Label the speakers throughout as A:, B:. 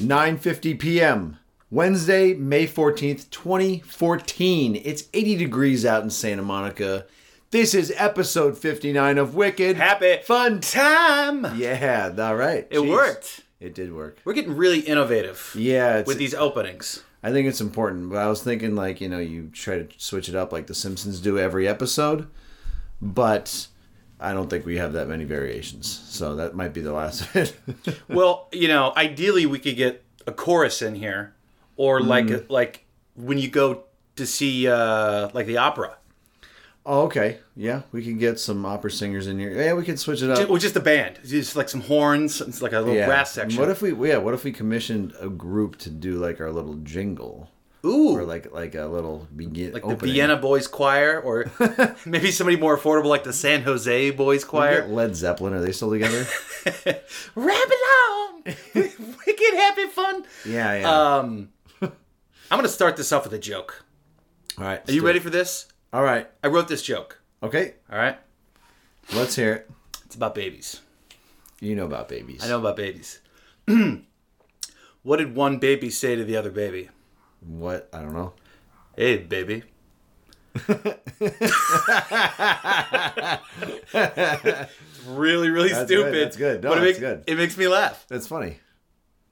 A: 9:50 p.m. Wednesday, May 14th, 2014. It's 80 degrees out in Santa Monica. This is episode 59 of Wicked.
B: Happy
A: fun
B: time.
A: Yeah, all right.
B: It
A: Jeez.
B: worked.
A: It did work.
B: We're getting really innovative
A: Yeah, it's,
B: with these openings.
A: I think it's important, but I was thinking like, you know, you try to switch it up like the Simpsons do every episode, but I don't think we have that many variations. So that might be the last of it.
B: well, you know, ideally we could get a chorus in here, or
A: Mm.
B: like like when you go to see uh, like the opera,
A: oh, okay. Yeah, we can get some opera singers in here. Yeah, we can switch it up.
B: or just a band, just like some horns, it's like a little
A: yeah.
B: brass section.
A: What if we yeah, what if we commissioned a group to do like our little jingle
B: Ooh,
A: or like like a little begin
B: like the Vienna Boys Choir, or maybe somebody more affordable like the San Jose Boys Choir.
A: Led Zeppelin, are they still together?
B: Rap along, wicked happy fun.
A: yeah, yeah.
B: Um, I'm gonna start this off with a joke.
A: All right.
B: Are you ready for this?
A: All right.
B: I wrote this joke.
A: Okay.
B: All right,
A: Let's hear it.
B: it's about babies.
A: You know about babies.
B: I know about babies. what did one baby say to the other baby?
A: What? I don't know.
B: Hey, baby. it's really, really
A: That's good,
B: stupid.
A: that's good. No,
B: but it
A: that's
B: makes,
A: good.
B: It makes me laugh.
A: That's funny.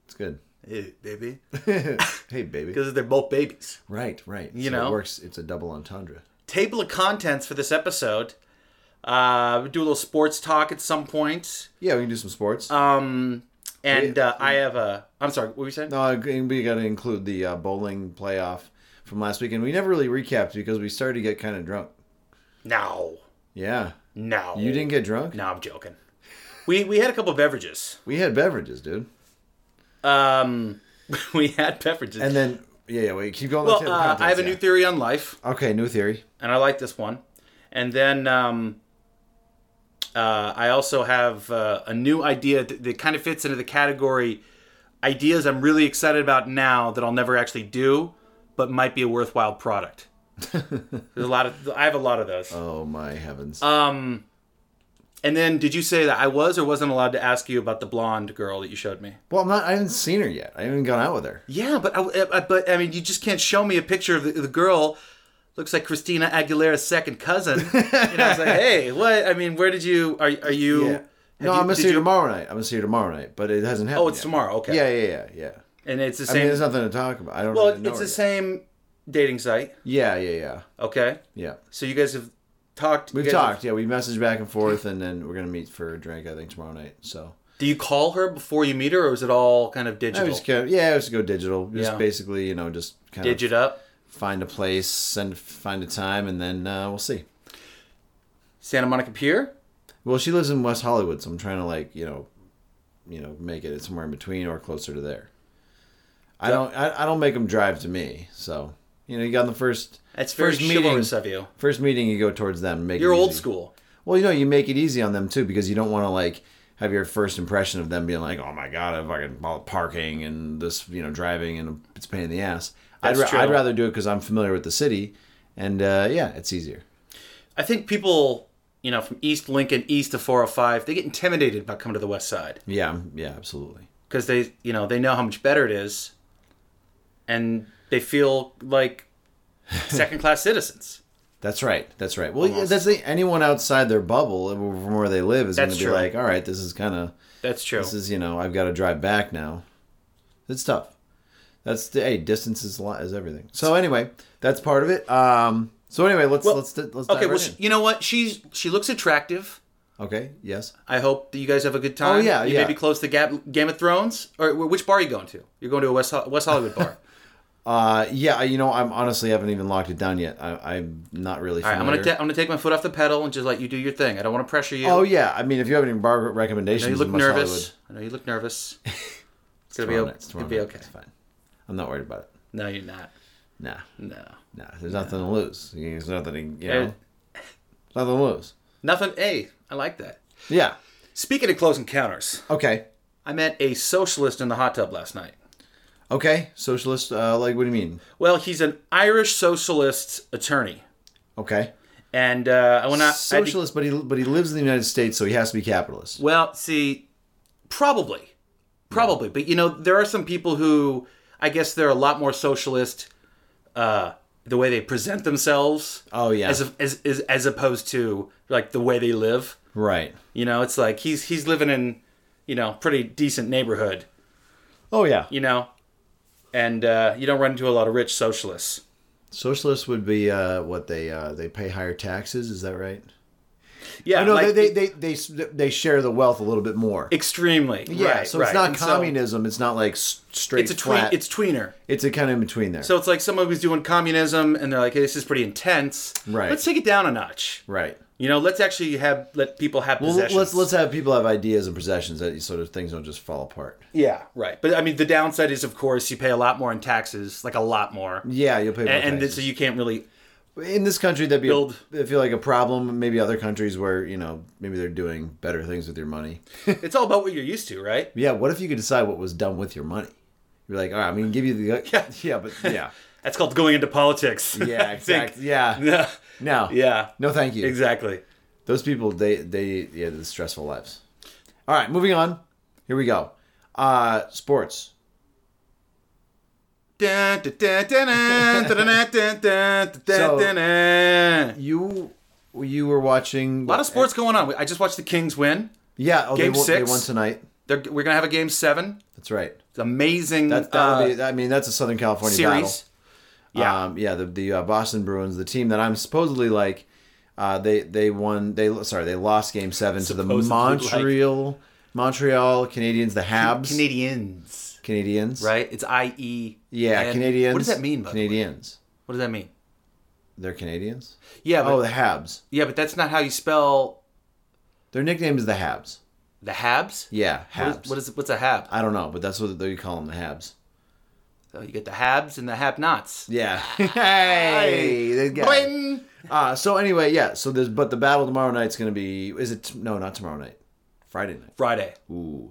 A: It's good.
B: Hey, baby.
A: hey, baby.
B: Because they're both babies.
A: Right, right.
B: You
A: So
B: know?
A: it works. It's a double entendre.
B: Table of contents for this episode. Uh, we do a little sports talk at some point.
A: Yeah, we can do some sports.
B: Um, and uh, I have a. I'm sorry. What were you saying?
A: no, I agree, we got to include the uh, bowling playoff from last weekend. We never really recapped because we started to get kind of drunk.
B: No.
A: Yeah,
B: No.
A: you didn't get drunk.
B: No, I'm joking. We we had a couple beverages.
A: We had beverages, dude.
B: Um, we had beverages.
A: And then yeah, yeah. Wait, keep going.
B: well,
A: Let's hit the
B: uh, I have a new
A: contents,
B: theory on life,
A: yeah. okay, new theory.
B: and I like this one. And then um, uh, I also have uh, a new idea that, that kind of fits into the category ideas I'm really excited about now that I'll never actually do, but might be a worthwhile product. There's a lot of I have a lot of those.
A: Oh my heavens.
B: Um, and then did you say that I was or wasn't allowed to ask you about the blonde girl that you showed me?
A: well, I'm not. I haven't seen her yet. I haven't gone out with her.
B: Yeah, but I, I, but I mean, you just can't show me a picture of the, the girl. Looks like Christina Aguilera's second cousin. and I was like, hey, what? I mean, where did you? Are are you?
A: Yeah.
B: have
A: No,
B: you-
A: I'm gonna
B: did
A: see her
B: you-
A: tomorrow night. I'm gonna see her tomorrow night, but it hasn't happened.
B: Oh, it's
A: yet.
B: tomorrow. Okay.
A: Yeah, yeah, yeah, yeah.
B: And it's the
A: I mean,
B: same.
A: there's nothing to talk about. I don't.
B: well,
A: really know
B: it's
A: her
B: the
A: yet.
B: same dating site.
A: Yeah, yeah, yeah,
B: Okay.
A: yeah.
B: So you guys have talked. you
A: We've
B: guys have-
A: talked. Yeah, we messaged back and forth, and then we're gonna meet for a drink. I think tomorrow night. So
B: do you call her before you meet her, or is it all kind of
A: I
B: digital?
A: was just kind of, yeah, I was just go digital. Just
B: Yeah.
A: basically, you know, just kind
B: Digit up.
A: of find a place, send find a time, and then uh, we'll see.
B: Santa Monica Pier.
A: Well, she lives in West Hollywood, so I'm trying to like you know, you know, make it somewhere in between or closer to there. I don't. I, I don't make them drive to me. So you know, you got in the first
B: That's very
A: First meeting.
B: chivalrous of you.
A: first meeting, you go towards them. and Make it
B: You're old
A: easy.
B: school.
A: Well, you know, you make it easy on them too because you don't want to like have your first impression of them being like, "Oh my god, I fucking all the parking and this, you know, driving and it's a pain in the ass." I'd,
B: That's
A: ra-
B: true.
A: I'd rather do it because I'm familiar with the city, and uh, yeah, it's easier.
B: I think people, you know, from East Lincoln, east of 405, they get intimidated by coming to the West Side
A: Yeah, I'm- yeah, absolutely.
B: because they, you know, they know how much better it is, and they feel like second-class citizens.
A: That's right. That's right. Well, yeah, that's the, anyone outside their bubble from where they live is going to
B: That's
A: be
B: true.
A: like, "All right, this is kind of
B: That's true.
A: this is you know, I've got to drive back now." It's tough. That's the hey, distance is a lot is everything. So anyway, that's part of it. Um. So anyway, let's
B: Well,
A: let's let's dive
B: okay, well,
A: right
B: she,
A: in.
B: you know what? She's she looks attractive.
A: Okay. Yes.
B: I hope that you guys have a good time.
A: Oh, yeah,
B: you
A: yeah.
B: maybe close the gap, Game of Thrones, or wh- which bar are you going to? You're going to a West Ho- West Hollywood bar.
A: Uh. Yeah. You know, I'm honestly haven't even locked it down yet. I, I'm not really.
B: All right,
A: Familiar.
B: I'm gonna ta- I'm gonna take my foot off the pedal and just let you do your thing. I don't want to pressure you.
A: Oh yeah. I mean, if you have any bar
B: I
A: recommendations,
B: know you look
A: in West
B: nervous.
A: Hollywood,
B: I know you look nervous. It's gonna be
A: tomorrow
B: okay.
A: night-
B: It's
A: tomorrow
B: gonna be
A: night,
B: okay.
A: It's fine. I'm not worried about it.
B: No, you're not.
A: Nah.
B: No.
A: Nah. There's nothing to lose. There's nothing. to- You know.
B: Uh,
A: Nothing to lose.
B: Nothing. Hey, I like that.
A: Yeah.
B: Speaking of close encounters,
A: Okay.
B: I met a socialist in the hot tub last night.
A: Okay. Socialist. Uh, like, what do you mean?
B: Well, he's an Irish socialist attorney,
A: Okay.
B: and uh, I went out. I had to-
A: Socialist, but he but he lives in the United States, so he has to be capitalist.
B: well, see, probably, Probably, but you know, there are some people who I guess they're a lot more socialist uh, the way they present themselves.
A: Oh, yeah.
B: as, of- as as as opposed to like the way they live.
A: Right.
B: You know, it's like he's he's living in you know pretty decent neighborhood.
A: Oh yeah.
B: You know, and uh, you don't run into a lot of rich socialists.
A: Socialists would be uh, what they uh, they pay higher taxes. Is that right?
B: Yeah,
A: No,
B: like,
A: they, they, they they they share the wealth a little bit more.
B: extremely.
A: yeah.
B: right,
A: so
B: right.
A: it's not
B: And so
A: communism. it's not like s- straight
B: it's a tween,
A: flat.
B: it's tweener.
A: it's a kind of in between there.
B: So it's like someone who's doing communism, and they're like, hey, "This is pretty intense.
A: Right.
B: Let's take it down a notch.
A: right.
B: You know, let's actually have let people have
A: Well,
B: possessions.
A: let's let's have people have ideas and possessions that sort of things don't just fall apart.
B: yeah, right. But I mean, the downside is, of course, you pay a lot more in taxes, like a lot more,
A: Yeah, you'll pay. more
B: and, and
A: taxes.
B: so you can't really.
A: in this country that'd be
B: Build-
A: I feel like a problem. Maybe other countries where you know maybe they're doing better things with your money.
B: It's all about what you're used to, right?
A: yeah, what if you could decide what was done with your money? You're like, all right, I'm gonna give you the yeah, but yeah,
B: That's called going into politics.
A: yeah,
B: I think.
A: exactly, yeah,
B: Yeah.
A: no,
B: Yeah.
A: no, thank you.
B: Exactly.
A: Those people, they they yeah, the stressful lives. All right, moving on. Here we go. Uh Sports.
B: Dun, dun, dun, dun, dun, dun, dun, dun, dun,
A: So-
B: dun, dun.
A: You you were watching
B: A lot of sports going on. I just watched the Kings win.
A: Yeah, oh,
B: Game
A: they, won, they
B: six.
A: won tonight.
B: They're, we're gonna have a game seven.
A: That's right.
B: It's amazing
A: That that'll
B: uh,
A: be. I mean, that's a Southern California battle.
B: series. Yeah.
A: um, yeah. The the uh, Boston Bruins, the team that I'm supposedly like, uh, they they won. They sorry, they lost Game Seven to
B: Supposedly
A: the Montreal Montreal Canadians, the Habs,
B: Canadians,
A: Canadians,
B: right? It's I E.
A: Yeah,
B: N-
A: Canadians.
B: What does that mean? By the way?
A: Canadians.
B: What does that mean?
A: They're Canadians.
B: Yeah, but,
A: Oh, the Habs.
B: yeah, but that's not how you spell
A: Their nickname is the Habs.
B: the Habs.
A: Yeah, Habs.
B: What is, what is what's a Hab?
A: I don't know, but that's what they call them, the Habs.
B: So you get the Habs and the Hab-nots.
A: Yeah. hey, they got it.
B: Boing!
A: Uh, so anyway, yeah. So there's, but the battle tomorrow night's gonna be. Is it? t- No, not tomorrow night. Friday night.
B: Friday.
A: Ooh,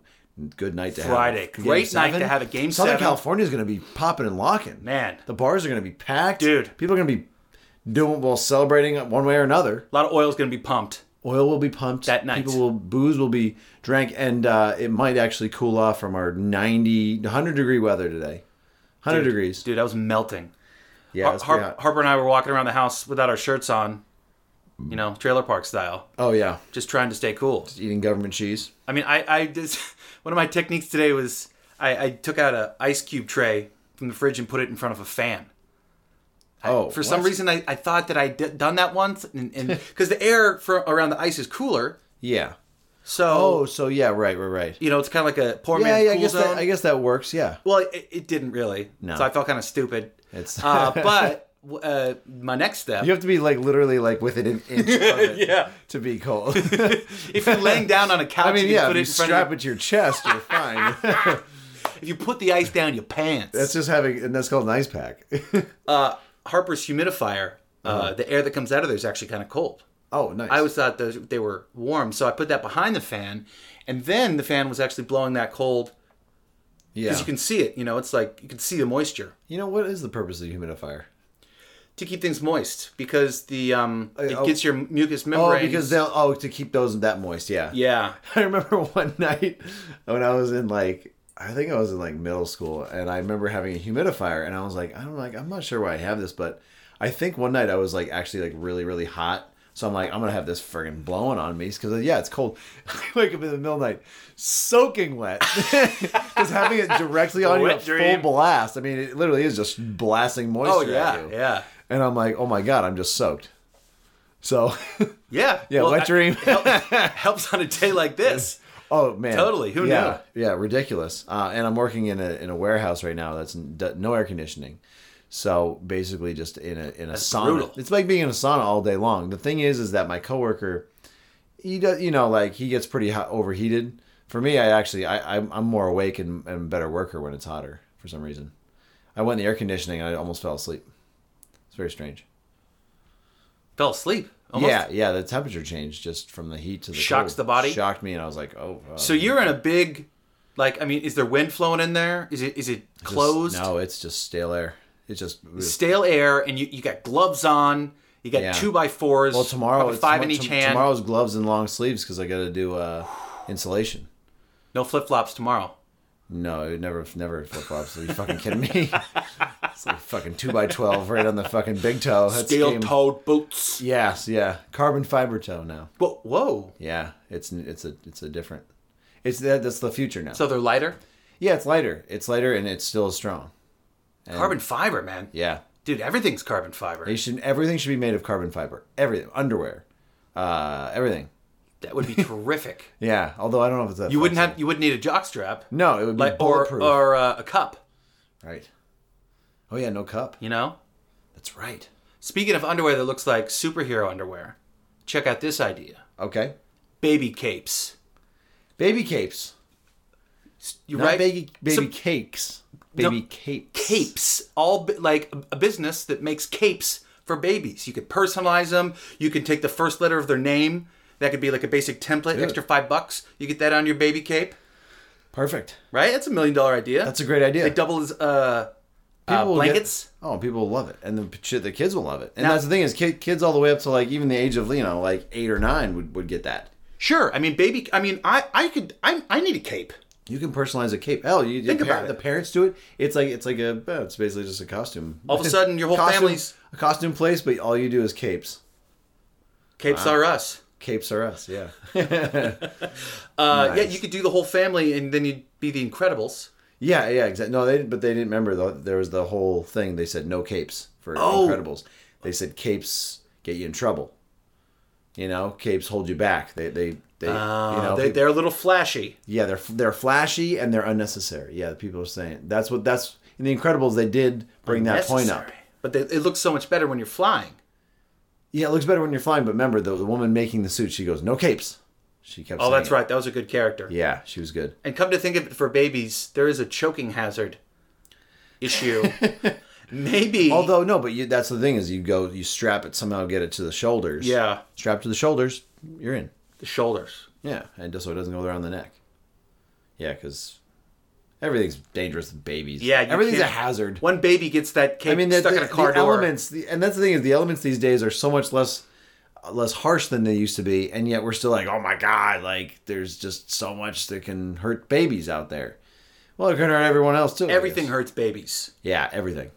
A: good night to
B: Friday.
A: have. a game
B: Great night to
A: seven.
B: have a game
A: Southern
B: seven.
A: California's going to be popping and locking.
B: Man.
A: the bars are going to be packed.
B: Dude.
A: people are going to be doing while celebrating one way or another.
B: A lot of oil's gonna be pumped.
A: Oil will be pumped
B: That night.
A: People will booze will be drank, and uh, it might actually cool off from our 90, 100 degree weather today. Hundred degrees.
B: Dude, I was melting.
A: yeah,
B: Har-
A: it's
B: Har-
A: pretty hot.
B: Harper and I were walking around the house without our shirts on, you know, trailer park style,
A: oh yeah,
B: just trying to stay cool.
A: eating government cheese.
B: I mean, I, I just one of my techniques today was I, I took out a ice cube tray from the fridge and put it in front of a fan.
A: Oh,
B: For some
A: what?
B: reason, I, I thought that I had done that once, and because the air for, around the ice is cooler,
A: Yeah.
B: so
A: Oh, so yeah, right, right, right.
B: you know it's kind of like a poor
A: Yeah,
B: man's
A: yeah. I
B: cool
A: guess
B: zone.
A: that, I guess that works. Yeah.
B: Well, it, it didn't really,
A: No.
B: so I felt kind of stupid.
A: It's-
B: uh, but uh, my next step,
A: You have to be like literally like within an inch of it
B: Yeah.
A: to be cold.
B: if you're laying down on a couch,
A: I mean,
B: you can
A: yeah,
B: put
A: if
B: it
A: you
B: in front
A: strap
B: of
A: it to your chest, you're fine.
B: your, if you put the ice down your pants,
A: that's just having, and that's called an ice pack.
B: uh, Harper's humidifier, uh,
A: Uh-huh.
B: the air that comes out of there is actually kind of cold.
A: oh, nice.
B: I always thought those, they were warm, so I put that behind the fan, and then the fan was actually blowing that cold
A: yeah. You,
B: because you can see it. You know, it's like you can see the moisture
A: know what is the purpose of the humidifier?
B: to keep things moist because the um it
A: oh.
B: gets your mucous
A: Oh,
B: membrane.
A: because they'll oh to keep those that moist. Yeah.
B: yeah,
A: I remember one night when I was in like I think I was in like middle school and I remember having a humidifier and I was like I don't like I'm not sure why I have this but I think one night I was like actually like really really hot so I'm like I'm gonna have this friggin' blowing on me because yeah it's cold I wake up in the middle of the night soaking wet just having it directly on you
B: Wet
A: at
B: dream.
A: full blast I mean it literally is just blasting moisture
B: oh
A: at
B: yeah,
A: you
B: yeah,
A: and I'm like oh my god I'm just soaked so
B: yeah,
A: yeah
B: Well,
A: wet
B: I-
A: dream
B: help- helps on a day like this.
A: Oh man,
B: Totally. Who
A: yeah. knew? Yeah, ridiculous. Uh, and I'm working in a in a warehouse right now that's n- d- no air conditioning, so basically just in a in a sauna.
B: brutal.
A: It's like being in a sauna all day long. The thing is, is that my coworker, he does, you know, like he gets pretty hot, overheated. For me, I actually I I'm, I'm more awake and, and a better worker when it's hotter for some reason. I went in the air conditioning and I almost fell asleep. It's very strange.
B: Fell asleep. Almost.
A: Yeah, yeah. The temperature change just from the heat to the
B: Shocks
A: cold
B: the body?
A: Shocked me, and I was like, oh. uh,
B: So you're in a big, like I mean, is there wind flowing in there? Is it is it
A: Just-
B: closed?
A: no, it's just stale air. It just
B: stale air, and you, you got gloves on. You got
A: Yeah.
B: two by fours.
A: well tomorrow.
B: probably
A: It's
B: five
A: tomo-
B: in each
A: tom-
B: hand.
A: Tomorrow's gloves and long sleeves because I got to do uh, insulation.
B: No flip flops tomorrow.
A: No, it never, never flip flops. Are you fucking kidding me? it's like fucking two by twelve right on the fucking big toe. That's
B: Steel
A: game-
B: toed boots.
A: Yes, yeah, carbon fiber toe now.
B: Whoa, whoa.
A: Yeah, it's it's a it's a different. It's that that's the future now.
B: So they're lighter?
A: yeah, it's lighter. It's lighter and it's still strong. And-
B: Carbon fiber, man.
A: Yeah,
B: Dude, everything's carbon fiber.
A: they should. Everything should be made of carbon fiber. Everything, underwear, uh, everything.
B: That would be terrific.
A: Yeah, although I don't know if it's that.
B: You wouldn't have you wouldn't need a jockstrap.
A: No, it would be
B: Like or
A: bulletproof.
B: or uh, a cup,
A: right. Oh yeah, no cup.
B: you know?
A: That's right.
B: Speaking of underwear that looks like superhero underwear, check out this idea.
A: Okay.
B: Baby capes.
A: Baby capes.
B: You
A: Not
B: right?
A: baby baby
B: Some
A: cakes. Baby capes.
B: capes. All bi- like a business that makes capes for babies. You could personalize them. You can take the first letter of their name. That could be like a basic template. Extra five bucks. You get that on your baby cape,
A: Perfect.
B: right? That's a million dollar idea.
A: That's a great idea.
B: It doubles uh, uh,
A: will get-
B: blankets.
A: oh, people will love it, and the shit, the kids will love it. And that's the thing is, kid, kids all the way up to like even the age of you know like eight or nine would, would get that.
B: Sure. I mean, baby. I mean, I I could. I I need a cape.
A: You can personalize a cape. Hell, you
B: Think
A: the, par-
B: about it.
A: the parents do it. It's like it's like a well, it's basically just a costume.
B: All of a sudden, your whole
A: Costume-
B: family's-
A: a costume place, but all you do is capes.
B: Capes are us.
A: Capes are us. Yeah.
B: Uh, Yeah,
A: Nice.
B: you could do the whole family, and then you'd be the Incredibles.
A: Yeah, yeah, exactly. No, they didn't- but they didn't remember though. There was the whole thing. They said no capes for
B: Oh.
A: Incredibles. They said capes get you in trouble. You know, capes hold you back. They they they you know
B: Oh, they,
A: people-
B: they're a little flashy.
A: yeah they're they're flashy and they're unnecessary. Yeah, people are saying that's what that's in the Incredibles. They did bring that point up.
B: Necessary. But they, it looks so much better when you're flying.
A: Yeah, it looks better when you're flying. But remember, the, the woman making the suit, she goes no capes. She kept.
B: Oh,
A: saying
B: that's
A: it.
B: right. That was a good character.
A: Yeah, she was good.
B: And come to think of it, for babies, there is a choking hazard issue. Maybe.
A: Although no, but you, that's the thing is you go you strap it somehow get it to the shoulders.
B: Yeah.
A: strap to the shoulders, you're in.
B: the shoulders.
A: Yeah, and just so it doesn't go around the neck. Yeah, because everything's dangerous with babies.
B: Yeah, you
A: everything's a
B: can't-
A: hazard.
B: One baby gets that cape
A: I mean, the,
B: stuck
A: the,
B: in a car
A: the
B: door.
A: elements, the, and that's the thing is the elements these days are so much less less harsh than they used to be, and yet we're still like, oh my god, like there's just so much that can hurt babies out there. Well, it can hurt everyone else too. I
B: Everything
A: guess.
B: hurts babies,
A: Yeah, everything.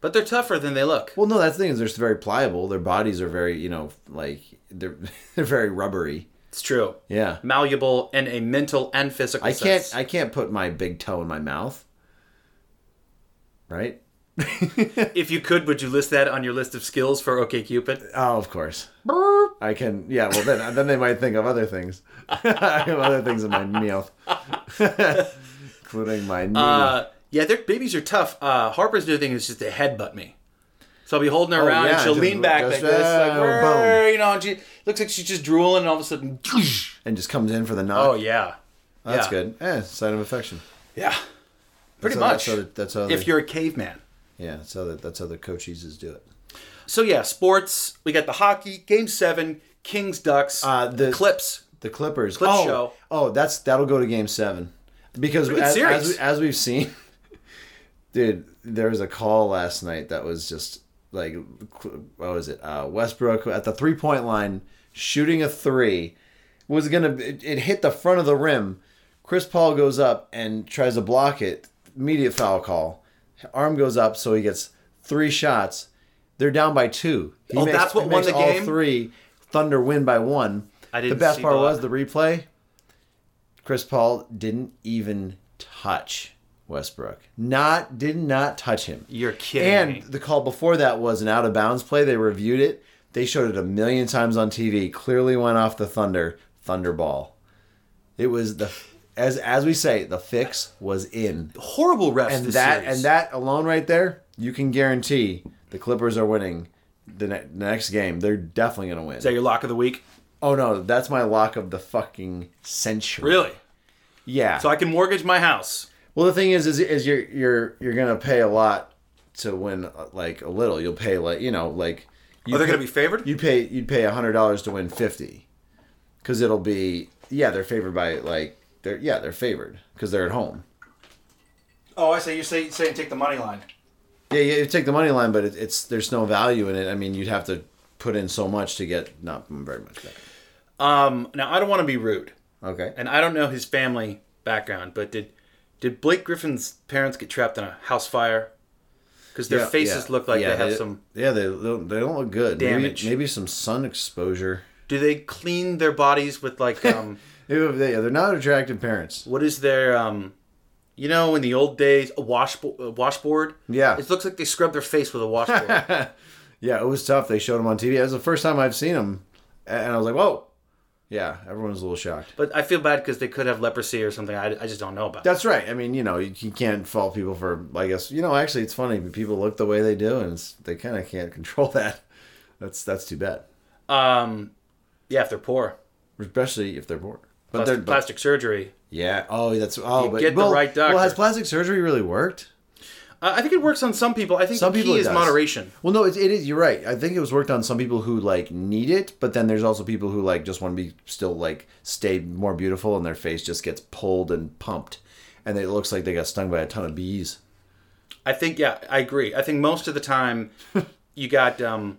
B: but they're tougher than they look.
A: Well, no, that's the thing is they're very pliable. Their bodies are very, you know, like they're they're very rubbery.
B: It's true.
A: Yeah.
B: Malleable in a mental and physical
A: I
B: sense.
A: can't I can't put my big toe in my mouth. Right?
B: If you could, would you list that on your list of skills for OK Cupid?
A: Oh, of course. I can. Yeah. Well, then then they might think of other things. I have other things in my mouth, including my knee.
B: Uh, yeah, their babies are tough. Uh, Harper's new thing is just to headbutt me. So I'll be holding her around and
A: Oh, yeah,
B: she'll
A: just-
B: lean back
A: just,
B: like this, like,
A: uh, boom.
B: "Rrr," you know, and she looks like she's just drooling, and all of a sudden,
A: and just comes in for the knock.
B: oh yeah,
A: that's
B: yeah.
A: good. Eh, sign of affection.
B: Yeah, pretty
A: That's how- That's
B: much.
A: how. The, that's how
B: if
A: the-
B: you're a caveman.
A: yeah, that's how the, that's how the coaches do it.
B: So yeah, sports. We got the hockey game seven, Kings Ducks,
A: Uh, the-
B: Clips.
A: The Clippers.
B: Clip
A: oh,
B: show.
A: Oh, that's that'll go to Game Seven because
B: good
A: as,
B: series.
A: as, we, as we've seen, dude, there was a call last night that was just like, what was it? Uh, Westbrook at the three point line shooting a three was gonna it, it hit the front of the rim. Chris Paul goes up and tries to block it. Immediate foul call. Arm goes up, so he gets three shots. They're down by two. He
B: Oh, that's what
A: he
B: won the
A: all
B: game?
A: Three Thunder win by one.
B: I didn't
A: The best
B: see
A: part
B: that.
A: was the replay. Chris Paul didn't even touch Westbrook. Not did not touch him.
B: You're kidding me.
A: And the call before that was an out of bounds play. They reviewed it. They showed it a million times on TV. Clearly went off the Thunder Thunderball. It was the as as we say, the fix was in.
B: Horrible refs.
A: And
B: this
A: that
B: series.
A: and that alone right there, you can guarantee the Clippers are winning the ne- next game. They're definitely going to win.
B: Is that your lock of the week?
A: Oh no, that's my lock of the fucking century.
B: Really?
A: Yeah.
B: So I can mortgage my house.
A: well, the thing is, is, is you're you're you're gonna pay a lot to win uh, like a little. You'll pay like you know like. You
B: Are they
A: pay-
B: going to be favored?
A: You pay you'd pay hundred dollars to win fifty, because it'll be yeah they're favored by like they're yeah they're favored because they're at home.
B: oh, I say you're saying, saying take the money line.
A: Yeah, yeah, you take the money line, but it, it's there's no value in it. I mean, you'd have to put in so much to get not very much back.
B: Um, now I don't want to be rude,
A: Okay.
B: and I don't know his family background, but did Did Blake Griffin's parents get trapped in a house fire? Because their
A: Yeah,
B: faces
A: yeah,
B: look like
A: yeah,
B: they have some.
A: Yeah, they don't, they don't look good.
B: Damage.
A: Maybe, maybe some sun exposure.
B: Do they clean their bodies with like um?
A: Maybe if they, they're not attractive parents.
B: what is their um? You know, in the old days, a wash a washboard.
A: Yeah.
B: It looks like they scrubbed their face with a washboard.
A: Yeah, it was tough. They showed him on TV. That was the first time I've seen him, and I was like, whoa. Yeah, everyone's a little shocked.
B: but I feel bad because they could have leprosy or something. I, I just don't know about.
A: That's right. I mean, you know, you, you can't fault people for. I guess you know. Actually, it's funny. but People look the way they do, and it's, they kind of can't control that. That's that's too bad,
B: Um, yeah, if they're poor,
A: especially if they're poor. But
B: plastic,
A: they're but,
B: plastic surgery.
A: yeah. Oh, that's oh.
B: You
A: but,
B: get the
A: well,
B: right doctor.
A: Well, has plastic surgery really worked?
B: Uh, I think it works on some people. I think
A: Some
B: the key
A: people it
B: is
A: does.
B: moderation.
A: Well, no, it, it is. You're right. I think it was worked on some people who like need it, but then there's also people who like just want to be still like stay more beautiful, and their face just gets pulled and pumped, and it looks like they got stung by a ton of bees.
B: I think yeah, I agree. I think most of the time you got um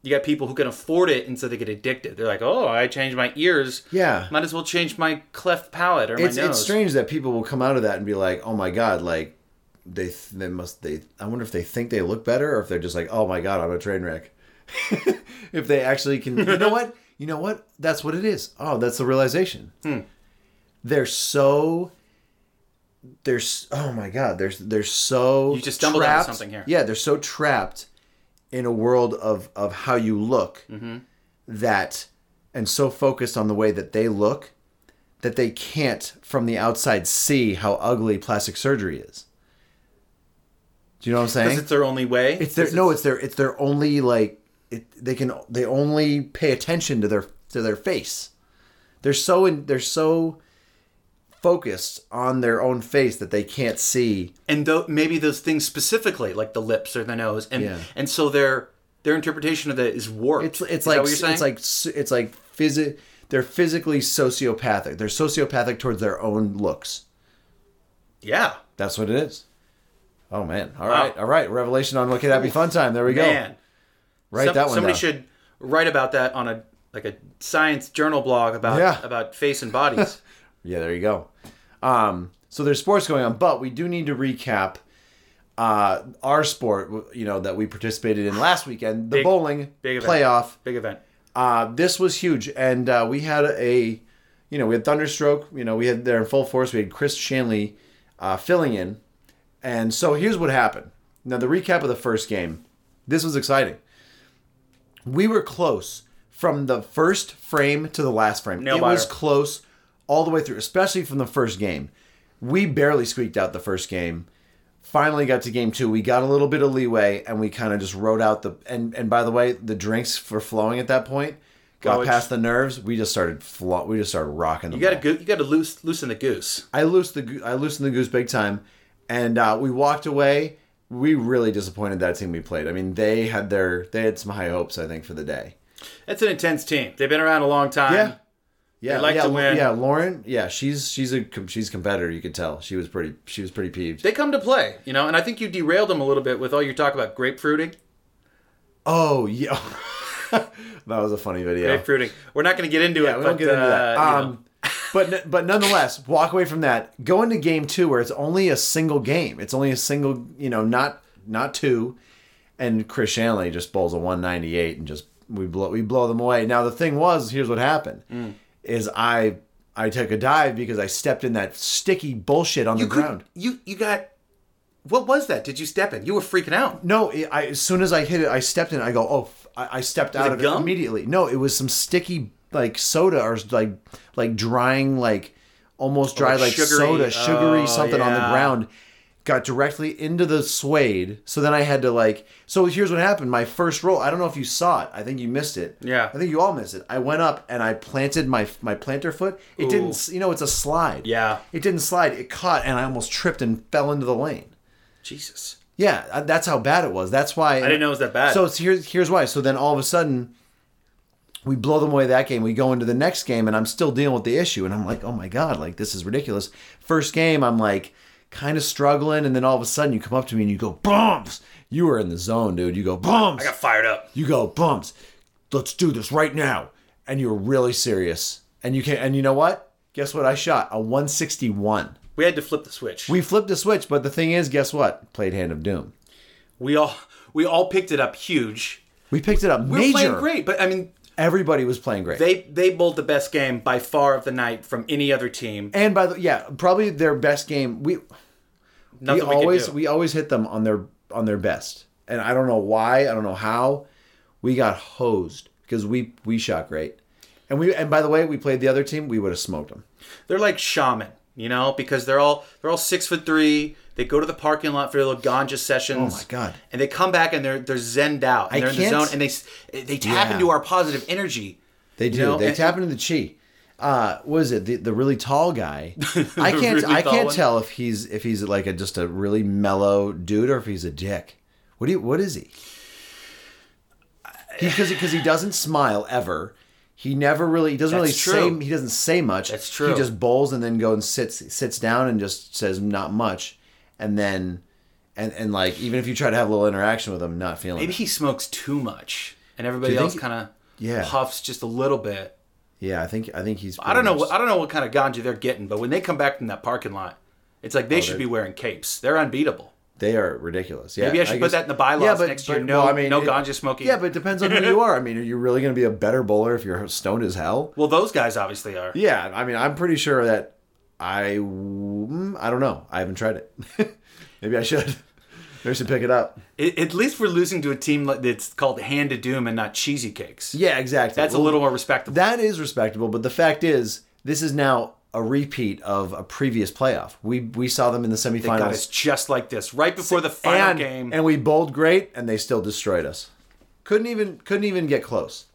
B: you got people who can afford it and so they get addicted. They're like, "Oh, I changed my ears.
A: Yeah.
B: Might as well change my cleft palate or
A: it's,
B: my nose."
A: it's strange that people will come out of that and be like, "Oh my god!" Like they th- they must they. I wonder if they think they look better or if they're just like, "Oh my god, I'm a train wreck." if they actually can, you know what? You know what? That's what it is. Oh, that's the realization.
B: Hmm.
A: They're so. There's oh my god. There's they're so
B: You just stumbled onto
A: trapped-
B: something here.
A: Yeah, they're so trapped in a world of of how you look
B: Mm-hmm.
A: that, and so focused on the way that they look that they can't from the outside see how ugly plastic surgery is. Do you know what I'm saying?
B: Because it's their only way.
A: eh? It's their
B: 'Cause
A: no. It's their it's their only like it, they can they only pay attention to their to their face. They're so in they're so focused on their own face that they can't see.
B: and though maybe those things specifically, like the lips or the nose, and
A: Yeah.
B: and so their their interpretation of that is warped.
A: It's it's
B: Is that
A: like
B: what you're saying?
A: it's like s- it's like physi- They're physically sociopathic. They're sociopathic towards their own looks.
B: yeah,
A: That's what it is. Oh man! All right, all right. Revelation on What Could That Be Fun Time. There we go.
B: man.
A: Write
B: Some-
A: that one
B: somebody
A: down.
B: should write about that on a like a science journal blog about
A: Yeah.
B: about face and bodies.
A: Yeah, there you go. Um, so there's sports going on, but we do need to recap uh, our sport, w- you know, that we participated in last weekend, the bowling
B: big event.
A: playoff.
B: Big event.
A: Uh, this was huge, and uh, we had a, you know, we had Thunderstroke. You know, we had there in full force. We had Chris Shanley uh, filling in, and so here's what happened. Now the recap of the first game. This was exciting. We were close from the first frame to the last frame.
B: Nail
A: it was
B: biter.
A: close all the way through, especially from the first game. We barely squeaked out the first game. Finally got to game two. We got a little bit of leeway and we kind of just rode out the and and by the way, the drinks were flowing at that point. Got
B: Oh, it's-
A: past the nerves. We just started flo- we just started rocking the
B: You got
A: ball.
B: to you got to loose loosen the goose.
A: I loosed the goo- I loosened the goose big time, and uh, we walked away. We really disappointed that team we played. I mean, they had their they had some high hopes I think for the day.
B: That's an intense team. They've been around a long time.
A: Yeah. Yeah,
B: like
A: yeah,
B: to
A: L-
B: win.
A: Yeah, Lauren. Yeah, she's she's a com- she's a competitor. You could tell she was pretty she was pretty peeved.
B: They come to play, you know, and I think you derailed them a little bit with all your talk about grapefruiting.
A: Oh yeah, that was a funny video.
B: Grapefruiting. We're not going to get into it.
A: Yeah, we
B: but,
A: don't get into that.
B: uh, you know.
A: Um, but but nonetheless, walk away from that. Go into game two where it's only a single game. It's only a single, you know, not not two. And Chris Shanley just bowls a 198 and just we blow we blow them away. Now the thing was, here's what happened: is I I took a dive because I stepped in that sticky bullshit on
B: you
A: the
B: could-
A: ground.
B: you you got. What was that? Did you step in? You were freaking out.
A: No, it, I, as soon as I hit it, I stepped in. I go, oh, f- I, I stepped out
B: it
A: of
B: gum?
A: it immediately. No, it was some sticky like soda or like like drying like almost dry
B: Oh, like
A: like
B: sugary-
A: soda, sugary
B: oh,
A: something on the
B: yeah.
A: ground. Got directly into the suede. So then I had to like. So here's what happened. My first roll. I don't know if you saw it. I think you missed it.
B: Yeah.
A: I think you all missed it. I went up and I planted my my planter foot. It didn't. s- You know, it's a slide.
B: Yeah.
A: It didn't slide. It caught and I almost tripped and fell into the lane.
B: Jesus.
A: Yeah, uh, that's how bad it was. That's why I
B: didn't know it was that bad.
A: So it's, here's here's why. So then all of a sudden, we blow them away that game. We go into the next game, and I'm still dealing with the issue. And I'm like, oh my god, like this is ridiculous. First game, I'm like kind of struggling, and then all of a sudden, you come up to me and you go bumps. You were in the zone, dude. You go bumps.
B: I got fired up.
A: You go, bumps, let's do this right now. And you're really serious. And you can and you know what? Guess what? I shot a 161.
B: We had to flip the switch.
A: We flipped a switch, but the thing is, guess what? Played Hand of Doom.
B: We all we all picked it up huge.
A: We picked it up
B: We were
A: major.
B: playing great, but I mean,
A: Everybody was playing great.
B: they they bowled the best game by far of the night from any other team.
A: and by the yeah, probably their best game. We we
B: Nothing we,
A: always
B: could do.
A: we always hit them on their on their best. And I don't know why, I don't know how. We got hosed because we we shot great. And we and by the way, we played the other team, we would have smoked them.
B: they're like shaman, you know, because they're all they're all six foot three. They go to the parking lot for their little ganja sessions.
A: Oh my God.
B: And they come back and they're they're zened out. And
A: I
B: they're in the
A: can't-
B: zone and they s- they tap
A: Yeah.
B: into our positive energy.
A: They do.
B: know,
A: they
B: and-
A: tap into the chi. Uh, what is it? The, the really tall guy. I
B: The
A: can't.
B: really
A: I
B: tall
A: can't
B: one?
A: tell if he's if he's like a just a really mellow dude or if he's a dick. What do you, What is he? Because because he doesn't smile ever. He never really. He doesn't
B: That's
A: really
B: true.
A: say. He doesn't say much.
B: That's true.
A: He just bowls and then goes and sits sits down and just says not much, and then. And, and like even if you try to have a little interaction with him, not feeling.
B: Maybe
A: it.
B: he smokes too much, and everybody
A: you
B: else
A: think-
B: kind of
A: Yeah.
B: huffs just a little bit.
A: Yeah, I think I think he's.
B: I don't know. What, I don't know what kind of ganja they're getting, but when they come back from that parking lot, it's
A: Oh,
B: like they should be wearing capes. They're unbeatable.
A: They are ridiculous. Yeah,
B: Maybe I should put that in the bylaws next year. No- no ganja smoking.
A: Yeah, but it depends on who you are. I mean, are you really going to be a better bowler if you're stoned as hell?
B: Well, those guys obviously are.
A: Yeah, I mean, I'm pretty sure that I. mm, I don't know. I haven't tried it. Maybe I should. Maybe I should pick it up.
B: A- at least we're losing to a team like- that's called Hand of Doom and not Cheesy Cakes.
A: Yeah, exactly.
B: That's a
A: Well,
B: little more respectable.
A: That is respectable, but the fact is, this is now a repeat of a previous playoff. We we saw them in the
B: God, it's
A: semifinals,
B: just like this. Right before the final
A: and
B: game,
A: and we bowled great, and they still destroyed us. Couldn't even couldn't even get close.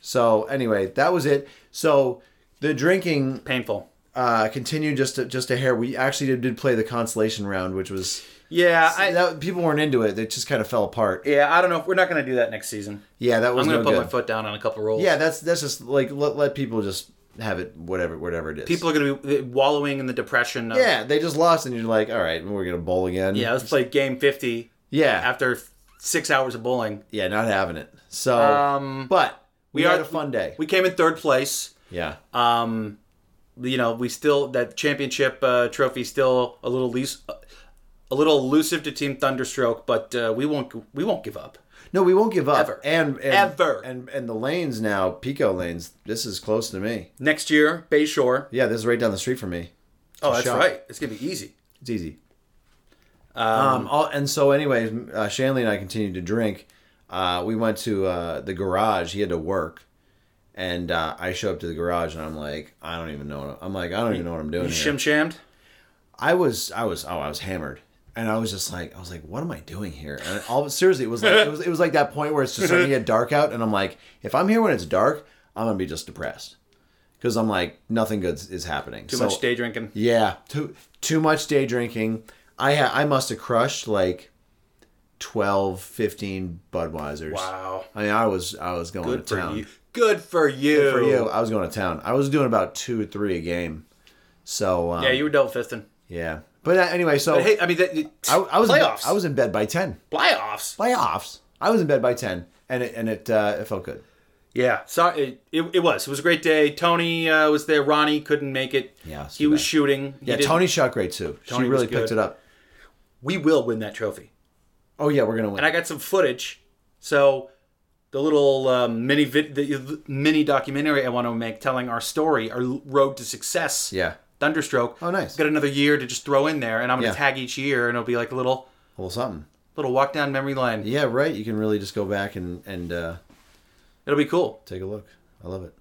A: So anyway, that was it. So the drinking
B: painful.
A: uh, continued just a, just a hair. We actually did, did play the consolation round, which was
B: Yeah, I,
A: that, people weren't into it. They just kind of fell apart.
B: yeah, I don't know. if We're not going to do that next season.
A: Yeah, that was
B: I'm going to
A: no
B: put
A: good.
B: my foot down on a couple rolls.
A: Yeah, that's that's just like let, let people just have it whatever whatever it is.
B: people are going to be eh, wallowing in the depression. Of,
A: yeah, they just lost, and you're like, all right, we're gonna bowl again.
B: yeah. Let's play game 50
A: yeah,
B: after six hours of bowling.
A: yeah, not having it. So,
B: Um,
A: but we,
B: we
A: had
B: are-
A: a fun day.
B: we came in third place.
A: yeah,
B: Um, you know, we still that championship uh, trophy still a little loose, a little elusive to Team Thunderstroke, but uh, we won't we won't give up.
A: no, we won't give up.
B: Ever.
A: and, and
B: Ever.
A: and and the lanes now, Pico lanes. This is close to me.
B: Next year, Bayshore.
A: Yeah, this is right down the street from me.
B: Oh, that's
A: Sure.
B: right. It's gonna be easy.
A: It's easy. Um, all, and so, anyways, uh, Shanley and I continued to drink. Uh, we went to uh, the garage. He had to work, and uh, I show up to the garage, and I'm like, I don't even know. What I'm, I'm like, I don't even know what I'm doing here.
B: Shim shammed.
A: I was, I was, oh, I was hammered, and I was just like, I was like, what am I doing here? And all seriously, it was like, it was, it was like that point where it's just starting to get dark out, and I'm like, if I'm here when it's dark, I'm gonna be just depressed, because I'm like, nothing good is happening.
B: Too much day drinking.
A: Yeah, too too much day drinking. I ha- I must have crushed like 12, 15 Budweisers.
B: Wow.
A: I mean, I was I was going
B: Good
A: to
B: for
A: town.
B: you. Good for you.
A: For you, I was going to town. I was doing about two or three a game. So um,
B: Yeah, you were double fisting.
A: yeah. But uh, anyway, so
B: But hey, I mean, that, it-
A: I, I was
B: playoffs.
A: I was in bed by ten.
B: playoffs.
A: Playoffs. I was in bed by ten, and it and it uh, it felt good.
B: Yeah. Sorry, it, it, it was. It was a great day. Tony uh, was there. Ronnie couldn't make it.
A: Yeah, it's
B: He
A: too
B: was
A: bad.
B: shooting. He
A: Yeah,
B: didn't-
A: Tony shot great too.
B: Tony
A: she
B: was
A: really picked it
B: good.
A: up.
B: We will win that trophy.
A: Oh yeah, we're gonna win.
B: and I got some footage. So the little um, mini vid- the mini documentary I want to make telling our story, our road to success.
A: yeah,
B: Thunderstroke.
A: Oh, nice.
B: Got another year to just throw in there, and I'm gonna
A: Yeah.
B: tag each year, and it'll be like a little
A: well something.
B: little walk down memory lane.
A: Yeah, right. You can really just go back and and. Uh,
B: It'll be cool.
A: Take a look. I love it.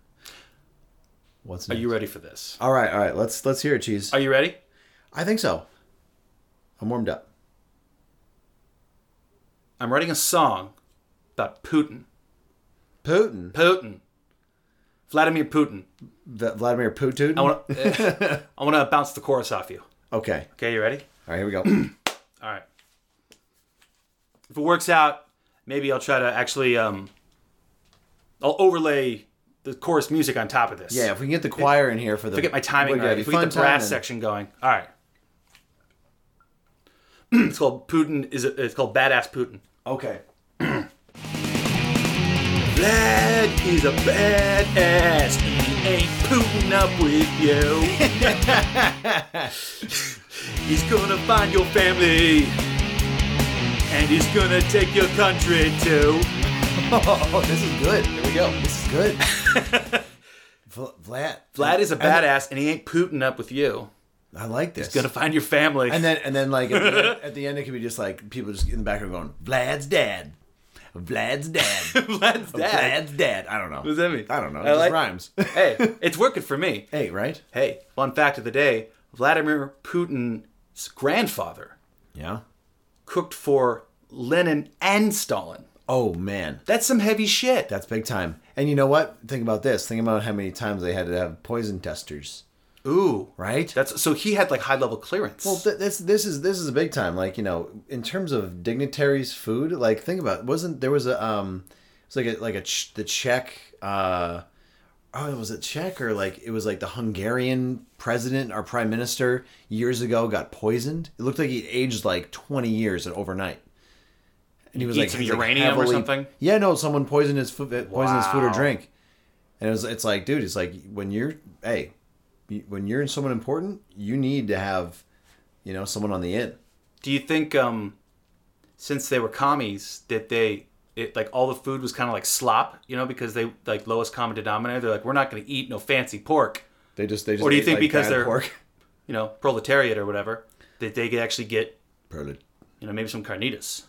A: What's
B: Are
A: next?
B: you ready for this?
A: all right, all right. Let's let's hear it, cheese.
B: Are you ready?
A: I think so. I'm warmed up.
B: I'm writing a song about Putin.
A: Putin,
B: Putin. Vladimir Putin.
A: V- Vladimir Putin.
B: I want to. I want to bounce the chorus off you.
A: okay.
B: Okay, you ready?
A: All right, here we go.
B: All right. If it works out, maybe I'll try to actually um I'll overlay the chorus music on top of this.
A: yeah, if we can get the choir in here for the
B: If I get my timing
A: we're gonna
B: right.
A: be
B: If we get the
A: fun
B: brass
A: timing.
B: section going. All right. it's called Putin is it's called Badass Putin.
A: Okay.
B: Vlad is a badass. ain't putting up with you. he's gonna find your family, and he's gonna take your country too.
A: oh, this is good. Here we go. This is good. Vl- Vlad.
B: Vlad is a
A: And then-
B: badass, and he ain't putting up with you.
A: I like this.
B: Gonna find your family.
A: and then and then like at the, end, at the end it could be just like people just in the background going Vlad's dad, Vlad's dad,
B: Vlad's dad.
A: Vlad's dad. I don't know. What
B: does that mean?
A: I don't know. It
B: I
A: just
B: like-
A: rhymes.
B: hey, it's working for me.
A: hey, right?
B: Hey, fun fact of the day: Vladimir Putin's grandfather
A: Yeah.
B: cooked for Lenin and Stalin.
A: Oh man,
B: That's some heavy shit.
A: that's big time. And you know what? Think about this. Think about how many times they had to have poison testers,
B: Ooh,
A: right?
B: That's so he had like high level clearance.
A: Well, th- this this is this is a big time. Like you know, in terms of dignitaries' food, like think about it. wasn't there was a um, it's like a like a ch- the Czech uh, oh was it Czech or like it was like the Hungarian president or prime minister years ago got poisoned. It looked like he aged like twenty years and overnight. And he was
B: Eat
A: like
B: some
A: he was, like,
B: uranium or something?
A: Yeah, no, someone poisoned his food, poisoned his food or
B: Wow.
A: drink. And it was, it's like, dude, it's like when you're, hey, you- when you're in someone important, you need to have, you know, someone on the in.
B: Do you think um, since they were commies that they it, like all the food was kind of like slop, you know, because they like lowest common denominator. They're like, we're not going to eat no fancy pork,
A: They just, they just.
B: Or do you
A: ate,
B: think because
A: bad
B: they're- you know, proletariat or whatever, that they could actually get
A: Prolet-
B: you know maybe some carnitas.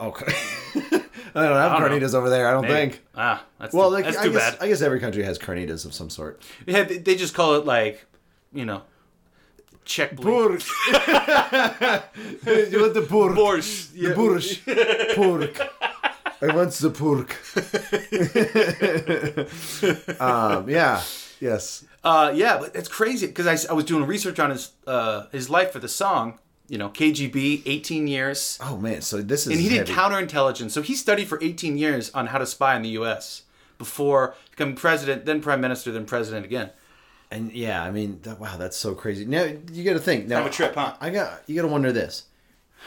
A: Okay. I don't have
B: don't know.
A: carnitas over there. I don't think.
B: ah, that's
A: Well,
B: too,
A: like,
B: that's
A: I
B: too
A: guess,
B: bad.
A: I guess every country has carnitas of some sort.
B: yeah, they, they just call it like, you know, Czech blue-
A: Pork. you want the pork?
B: borscht. Yeah.
A: The Bursch. Pork. I want the pork. um, yeah. Yes.
B: Uh, yeah, but it's crazy because I, s- I was doing research on his uh, his life for the song. You know, KGB, 18 years,
A: Oh man. So this is.
B: and he did
A: heavy.
B: counterintelligence. So he studied for 18 years on how to spy in the U.S. before becoming president, then prime minister, then president again.
A: And yeah, I mean, that, wow, that's so crazy. Now you got to think. Now
B: Kind of a trip, huh?
A: I got you got to wonder this: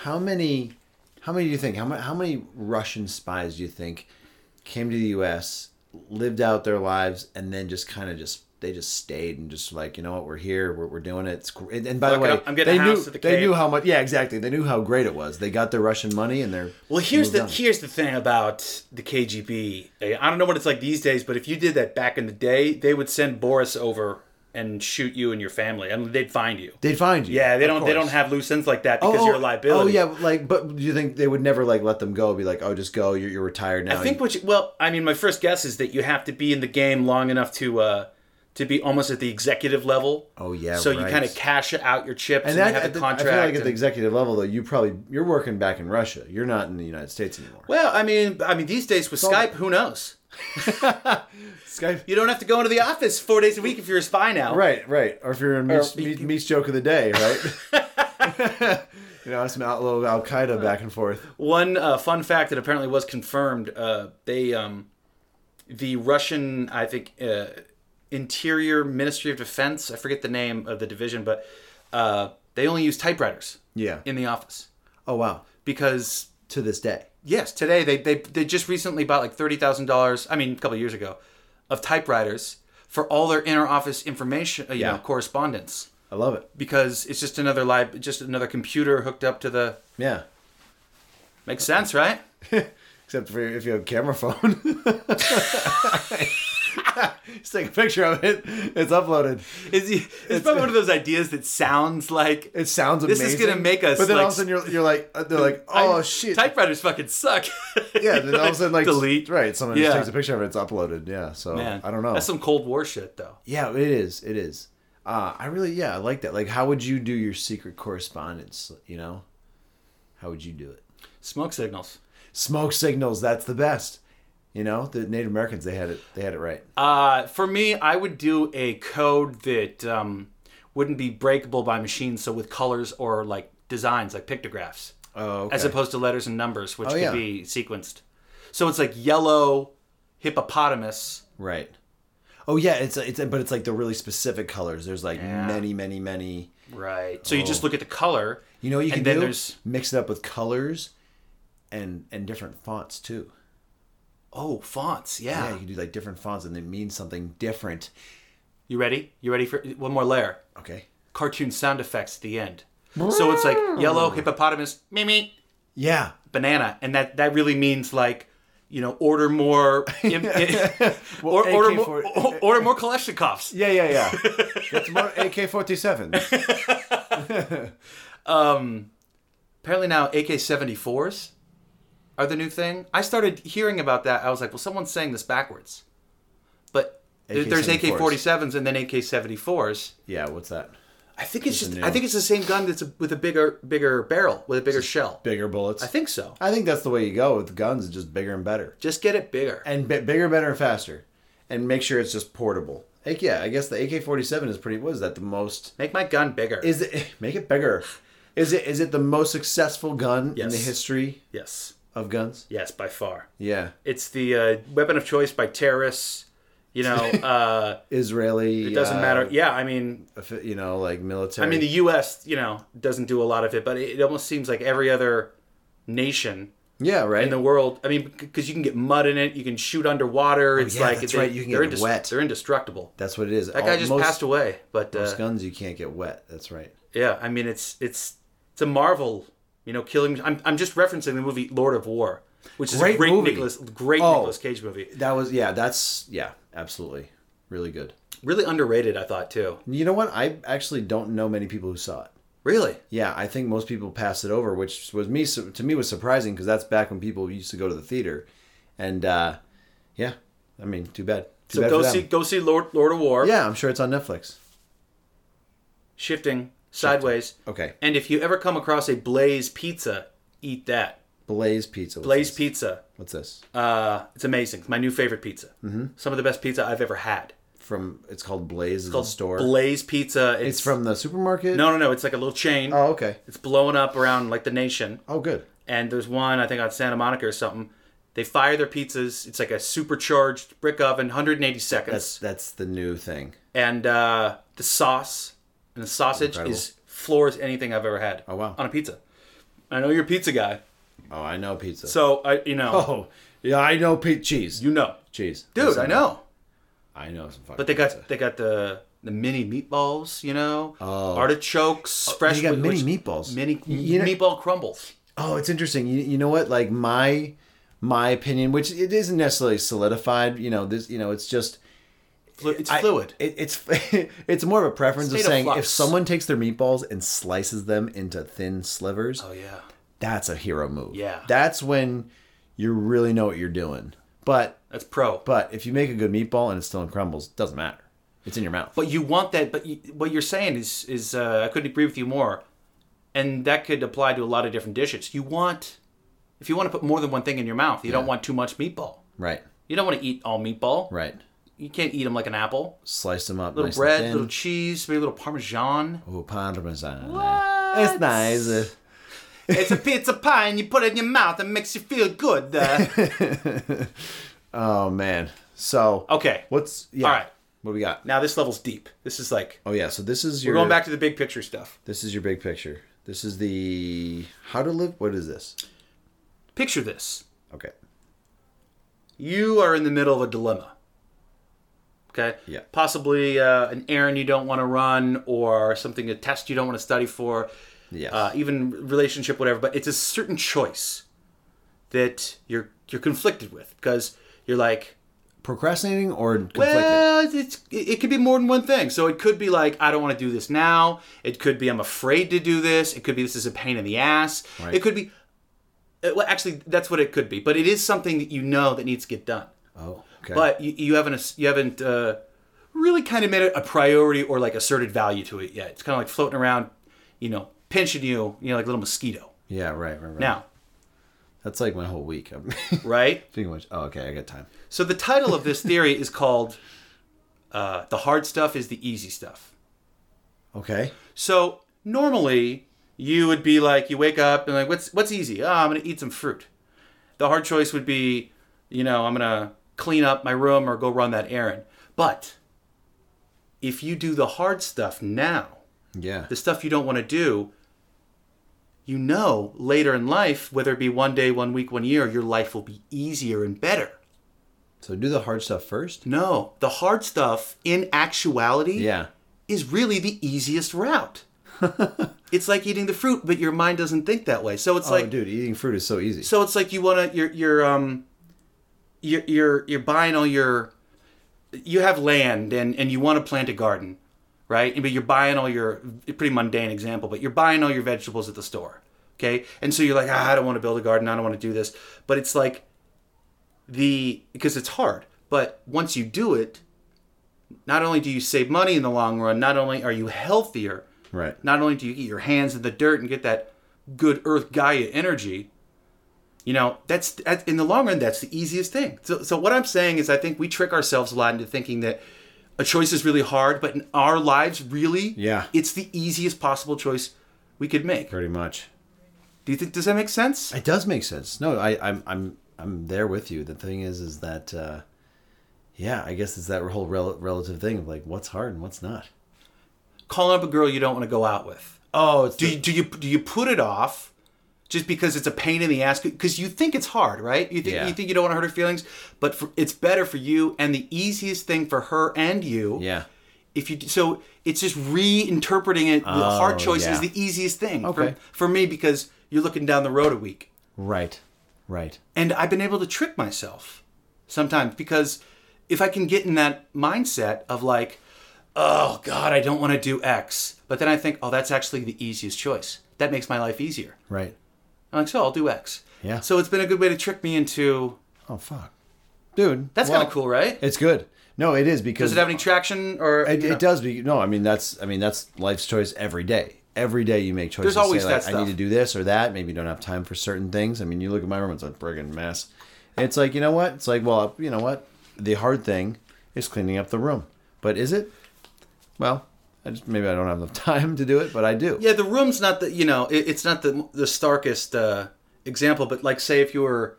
A: how many, how many do you think? How many, how many Russian spies do you think came to the U.S., lived out their lives, and then just kind of just they just stayed and just like you know what we're here, we're, we're doing it. It's gr- and, and by
B: Fuck
A: the
B: it
A: way,
B: up, I'm getting
A: they
B: a
A: knew
B: house at the
A: they
B: Cape.
A: knew how much. Yeah, exactly. They knew how great it was. They got their Russian money and their
B: Well, here's
A: moved
B: the
A: on.
B: here's the thing about the KGB. I don't know what it's like these days, but if you did that back in the day, they would send Boris over and shoot you and your family. I mean, they'd find you.
A: They'd find you.
B: Yeah, they
A: of
B: don't they don't
A: course.
B: have loose ends like that because you're a liability.
A: Oh yeah, like but do you think they would never like let them go? Be like, oh, just go. You're, you're retired now.
B: I think what you, well, I mean, my first guess is that you have to be in the game long enough to uh, to be almost at the executive level.
A: Oh, yeah,
B: So you
A: right.
B: kind of cash out your chips and,
A: And that,
B: you have
A: at the,
B: the contract.
A: I feel like at
B: and-
A: the executive level, though, you probably you're working back in Russia. You're not in the United States anymore.
B: well, I mean, I mean, these days with Skype, who knows?
A: Skype.
B: You don't have to go into the office four days a week if you're a spy now.
A: Right, right. Or if you're in Meat's, Meat- Meat's joke of the day, right? you know, some out, little Al Qaeda back and forth.
B: One uh, fun fact that apparently was confirmed: uh, they, um, the Russian, I think, uh, Interior Ministry of Defense. I forget the name of the division, but uh, they only use typewriters
A: Yeah.
B: in the office.
A: Oh wow.
B: because
A: To this day.
B: yes, today they they, they just recently bought like thirty thousand dollars. I mean, a couple of years ago, of typewriters for all their inner office information, uh, you
A: Yeah.
B: know, correspondence.
A: I love it.
B: Because it's just another live, just another computer hooked up to the.
A: Yeah.
B: Makes sense, right?
A: Except for if you have a camera phone. Just take a picture of it. It's uploaded.
B: It's, it's, probably one of those ideas that sounds like
A: It sounds
B: This
A: amazing.
B: is gonna make us,
A: But then all
B: like,
A: of a sudden you're, you're like, uh, they're like, oh
B: I-
A: shit.
B: typewriters fucking suck.
A: yeah. Then all of a sudden like
B: delete.
A: Right. Someone
B: Yeah.
A: just takes a picture of it. It's uploaded. Yeah. So
B: Man,
A: I don't know.
B: That's some Cold War shit, though.
A: Yeah, it is. It is. Uh, I really, yeah, I like that. Like, how would you do your secret correspondence? You know, how would you do it?
B: Smoke signals.
A: Smoke signals. That's the best. You know, the Native Americans they had it. They had it right.
B: Uh, for me, I would do a code that um, wouldn't be breakable by machines, so with colors or like designs, like pictographs,
A: Oh, okay. Oh,
B: as opposed to letters and numbers, which could
A: yeah.
B: be sequenced. So it's like yellow hippopotamus.
A: right. Oh yeah, it's it's but it's like the really specific colors. There's like many, many, many.
B: Right. So you just
A: Oh.
B: look at the color.
A: You know, what you can
B: And then
A: do
B: there's-
A: mix it up with colors, and and different fonts too.
B: Oh, fonts.
A: Yeah,
B: Yeah.
A: Ah. you can do like different fonts, and they mean something different.
B: You ready? You ready for one more layer?
A: Okay.
B: Cartoon sound effects at the end. So it's like
A: Mm.
B: yellow hippopotamus, me me,
A: Yeah.
B: banana, and that that really means like, you know, order more, im- or, order more,
A: AK-40.
B: order more Kalashnikovs.
A: Yeah, yeah, yeah. That's more AK 47.
B: Apparently now AK-74s are the new thing. I started hearing about that. I was like, well, someone's saying this backwards, but there- there's AK-47s and then AK-74s.
A: Yeah, what's that?
B: I think it's just
A: new-
B: I think it's the same gun that's a, with a bigger bigger barrel with a bigger shell.
A: Bigger bullets.
B: I think so.
A: I think that's the way you go with guns, just bigger and better.
B: Just get it bigger.
A: And b- bigger, better, and faster. And make sure it's just portable. Like, yeah, I guess the AK 47 is pretty. What is that? The most.
B: Make my gun bigger.
A: Is it. Make it bigger. Is it is it the most successful gun in the
B: Yes.
A: history
B: yes.
A: of guns?
B: Yes, by far.
A: Yeah.
B: It's the uh, weapon of choice by terrorists. You know, uh,
A: Israeli.
B: it doesn't
A: uh,
B: matter. Yeah, I mean,
A: affi- You know, like military.
B: I mean, the U.S. you know doesn't do a lot of it, but it, it almost seems like every other nation
A: yeah, right.
B: in the world. I mean, because you can get mud in it, you can shoot underwater. It's
A: Oh, yeah,
B: like
A: that's
B: they,
A: right, you can
B: they're
A: get wet.
B: They're indestructible.
A: that's what it is.
B: That guy just
A: most,
B: passed away, but uh,
A: Most guns you can't get wet. That's right.
B: Yeah, I mean it's it's it's a marvel, you know, killing. I'm I'm just referencing the movie Lord of War, which is a
A: Great
B: great
A: movie.
B: Nicholas great
A: Oh.
B: Nicholas Cage movie.
A: That was yeah. That's yeah. Absolutely, really good.
B: Really underrated, I thought too.
A: You know what? I actually don't know many people who saw it.
B: Really,
A: Yeah, I think most people passed it over, which was me su- to me was surprising because that's back when people used to go to the theater, and uh, yeah, I mean, too bad. Too
B: so
A: bad
B: go
A: for them.
B: see go see Lord Lord of War.
A: Yeah, I'm sure it's on Netflix.
B: shifting sideways.
A: Okay,
B: And if you ever come across a Blaze pizza, eat that
A: Blaze Pizza. What's
B: Blaze
A: this?
B: pizza.
A: What's this?
B: Uh, it's amazing. It's my new favorite pizza. Mm-hmm. Some of the best pizza I've ever had.
A: From it's called Blaze. It's
B: Called
A: store.
B: Blaze Pizza.
A: It's from the supermarket.
B: no no no. It's like a little chain.
A: Oh, okay.
B: It's blowing up around like the nation.
A: Oh, good.
B: and there's one I think on Santa Monica or something. They fire their pizzas. It's like a supercharged brick oven, 180 seconds,
A: That's that's the new thing.
B: and uh, the sauce and the sausage
A: Incredible.
B: is floors anything I've ever had.
A: Oh, wow.
B: On a pizza. I know you're a pizza guy,
A: Oh, I know pizza.
B: so I you know
A: oh, yeah, I know pe- cheese.
B: you know,
A: cheese,
B: dude,
A: Listen,
B: I know.
A: I know some fucking.
B: But they got they got the the mini meatballs, you know,
A: Oh.
B: artichokes, fresh.
A: You got
B: wh-
A: mini
B: which-
A: meatballs.
B: mini
A: You know-
B: meatball crumbles.
A: Oh, it's interesting. You, you know what? Like my my opinion, which it isn't necessarily solidified. You know this. You know it's just
B: Flu- It's fluid.
A: I, it, it's it's more of a preference
B: State
A: of
B: of
A: saying if
B: flux.
A: someone takes their meatballs and slices them into thin slivers,
B: oh yeah.
A: that's a hero move.
B: Yeah.
A: that's when you really know what you're doing. But
B: That's pro.
A: but if you make a good meatball and it's still in crumbles, doesn't matter. It's in your mouth.
B: But you want that. But you, what you're saying is is uh, I couldn't agree with you more, and that could apply to a lot of different dishes. You want if you want to put more than one thing in your mouth, you don't want too much meatball.
A: right,
B: You don't want to eat all meatball.
A: right.
B: You can't eat them like an apple.
A: Slice them up.
B: Little
A: nice and
B: bread,
A: thin.
B: little cheese, maybe a little parmesan.
A: Oh, parmesan. It's nice.
B: it's a pizza pie, and you put it in your mouth, and it makes you feel good. Uh,
A: Oh man. So
B: okay,
A: what's yeah?
B: All right.
A: What we got?
B: now this level's deep. This is like
A: Oh yeah. So this is your
B: we're going back to the big picture stuff.
A: This is your big picture. This is the how to live. What is this?
B: Picture this:
A: Okay.
B: you are in the middle of a dilemma. Okay.
A: Yeah.
B: Possibly uh, an errand you don't want to run, or something a test you don't want to study for,
A: Yes.
B: uh, even relationship, whatever. But it's a certain choice that you're you're conflicted with because you're like,
A: Procrastinating or conflicted.
B: well, it's, it, it could be more than one thing. So it could be like, I don't want to do this now. It could be I'm afraid to do this. It could be this is a pain in the ass.
A: Right.
B: It could be, uh, well, actually, that's what it could be. But it is something that you know that needs to get done
A: oh. Okay.
B: but you, you haven't you haven't uh, really kind of made it a priority or like asserted value to it yet. It's kind of like floating around, you know, pinching you, you know, like a little mosquito.
A: yeah. Right. Right. Right.
B: Now,
A: that's like my whole week. I'm
B: right?
A: thinking much. Oh. Okay. I got time.
B: So the title of this theory is called uh, "The Hard Stuff Is the Easy Stuff."
A: Okay.
B: So normally you would be like, you wake up and like, what's what's easy? Oh, I'm gonna eat some fruit. The hard choice would be, you know, I'm gonna clean up my room or go run that errand. But if you do the hard stuff now,
A: Yeah.
B: the stuff you don't want to do, you know later in life, whether it be one day, one week, one year, your life will be easier and better.
A: So do the hard stuff first.
B: No, the hard stuff in actuality
A: Yeah.
B: is really the easiest route. it's like eating the fruit, but your mind doesn't think that way. So it's
A: Oh,
B: like
A: dude, eating fruit is so easy.
B: so it's like you want to you're you're um you're you're you're buying all your you have land and and you want to plant a garden, right? But you're buying all your pretty mundane example, but you're buying all your vegetables at the store, okay? And so you're like, ah, I don't want to build a garden, I don't want to do this, but it's like the because it's hard, but once you do it, not only do you save money in the long run, not only are you healthier,
A: right.
B: not only do you get your hands in the dirt and get that good earth Gaia energy, you know, that's that, in the long run, that's the easiest thing. So, so, what I'm saying is, I think we trick ourselves a lot into thinking that a choice is really hard, but in our lives, really,
A: Yeah.
B: it's the easiest possible choice we could make.
A: Pretty much.
B: Do you think, does that make sense?
A: It does make sense. No, I, I'm I'm I'm there with you. The thing is, is that uh, yeah, I guess it's that whole rel- relative thing of like what's hard and what's not.
B: Calling up a girl you don't want to go out with.
A: Oh, it's
B: Do you, do you do you put it off just because it's a pain in the ass? Because you think it's hard, right? You think
A: Yeah.
B: you think you don't want to hurt her feelings, but for, it's better for you and the easiest thing for her and you.
A: yeah.
B: If you so, it's just reinterpreting it. The hard
A: Oh,
B: choice
A: yeah.
B: is the easiest thing
A: Okay.
B: for, for me because you're looking down the road a week,
A: Right. Right.
B: and I've been able to trick myself sometimes because if I can get in that mindset of like, oh God, I don't want to do X, but then I think, oh, that's actually the easiest choice. That makes my life easier.
A: Right.
B: I'm like, so I'll do X.
A: Yeah.
B: So it's been a good way to trick me into.
A: Oh fuck, dude.
B: That's
A: well,
B: kind of cool, right?
A: It's good. No, it is because
B: Does it have any traction or?
A: It,
B: you know?
A: it does be no. I mean that's I mean that's life's choice every day. Every day you make choices.
B: There's always
A: say, like,
B: that
A: I
B: stuff.
A: need to do this or that. Maybe you don't have time for certain things. I mean, you look at my room; it's a friggin' mess. And it's like you know what? It's like well, you know what? The hard thing is cleaning up the room, but is it? Well, I just maybe I don't have enough time to do it, but I do.
B: Yeah, the room's not the you know it, it's not the the starkest uh, example, but like say if you were,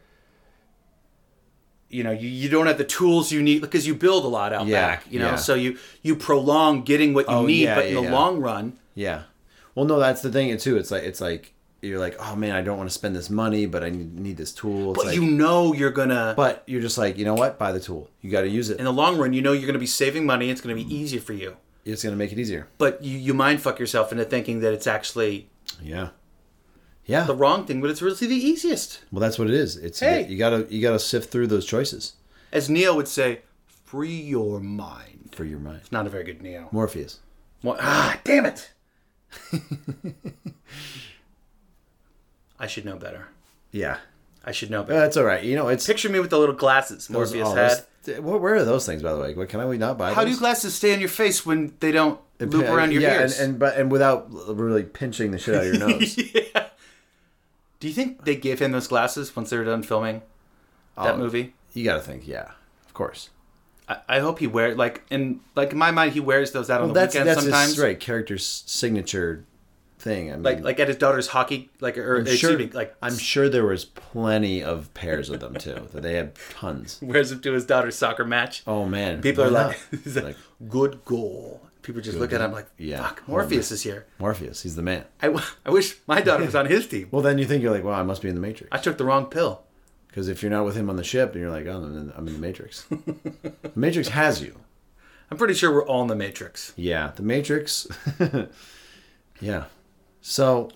B: you know, you, you don't have the tools you need because you build a lot out
A: Yeah,
B: back, you know,
A: yeah.
B: so you you prolong getting what you
A: Oh,
B: need,
A: yeah,
B: but in
A: yeah,
B: the
A: yeah.
B: long run,
A: Yeah. Well, no, that's the thing too. It's like it's like you're like, oh man, I don't want to spend this money, but I need, need this tool. It's
B: but
A: like,
B: you know you're gonna.
A: but you're just like, you know what? Buy the tool. You got to use it.
B: in the long run, you know you're gonna be saving money. It's gonna
A: Mm-hmm.
B: be easier for you,
A: It's gonna make it easier.
B: but you you mind fuck yourself into thinking that it's actually
A: Yeah. Yeah.
B: the wrong thing, but it's really the easiest.
A: Well, that's what it is. It's
B: Hey.
A: you gotta you gotta sift through those choices
B: As Neo would say, free your mind.
A: for your mind.
B: Not a very good Neo.
A: Morpheus.
B: Mo- ah, damn it! I should know better.
A: Yeah.
B: I should know better.
A: That's all right. You know, Uh, it's
B: Picture me with the little glasses
A: those-
B: Morpheus
A: oh,
B: had.
A: those- What? Where are those things, by the way? What, can I we not buy?
B: How do
A: those?
B: glasses stay on your face when they don't loop
A: Yeah,
B: around your
A: yeah,
B: ears?
A: and, and but and without really pinching the shit out of your nose.
B: yeah. Do you think they gave him those glasses once they were done filming that
A: Oh.
B: movie?
A: you gotta think. Yeah, of course.
B: I, I hope he wear like in like in my mind he wears those out on the
A: That's
B: weekends
A: that's
B: sometimes.
A: his right character's signature thing. I mean,
B: Like like at his daughter's hockey like or
A: I'm sure,
B: excuse me, like
A: I'm sure there was plenty of pairs of them too. that they had tons.
B: wears them to his daughter's soccer match.
A: Oh man,
B: People
A: why
B: are like,
A: not?
B: he's like, good goal. People just look at him like,
A: Yeah.
B: fuck, Morpheus is here.
A: Morpheus. He's the man.
B: I, w- I wish my daughter was on his team.
A: Well, then you think you're like, wow, I must be in the Matrix.
B: I took the wrong pill.
A: Because if you're not with him on the ship, and you're like, oh, I'm in, I'm in the Matrix. the Matrix has you.
B: I'm pretty sure we're all in the Matrix.
A: Yeah, the Matrix. yeah. So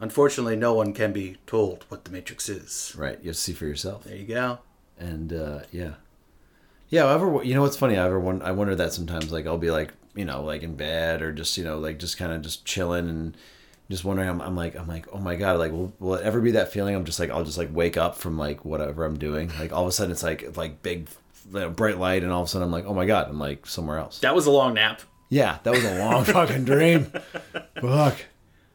B: Unfortunately, no one can be told what the Matrix is.
A: right, you have to see for yourself.
B: There you go.
A: And uh, yeah, yeah. I ever you know what's funny? I ever won- I wonder that sometimes. Like I'll be like you know like in bed or just you know like just kind of just chilling and just wondering. I'm, I'm like I'm like oh my god like will, will it ever be that feeling? I'm just like I'll just like wake up from like whatever I'm doing. Like all of a sudden it's like like big you know, bright light and all of a sudden I'm like oh my god I'm like somewhere else.
B: That was a long nap.
A: Yeah, that was a long fucking dream. Fuck.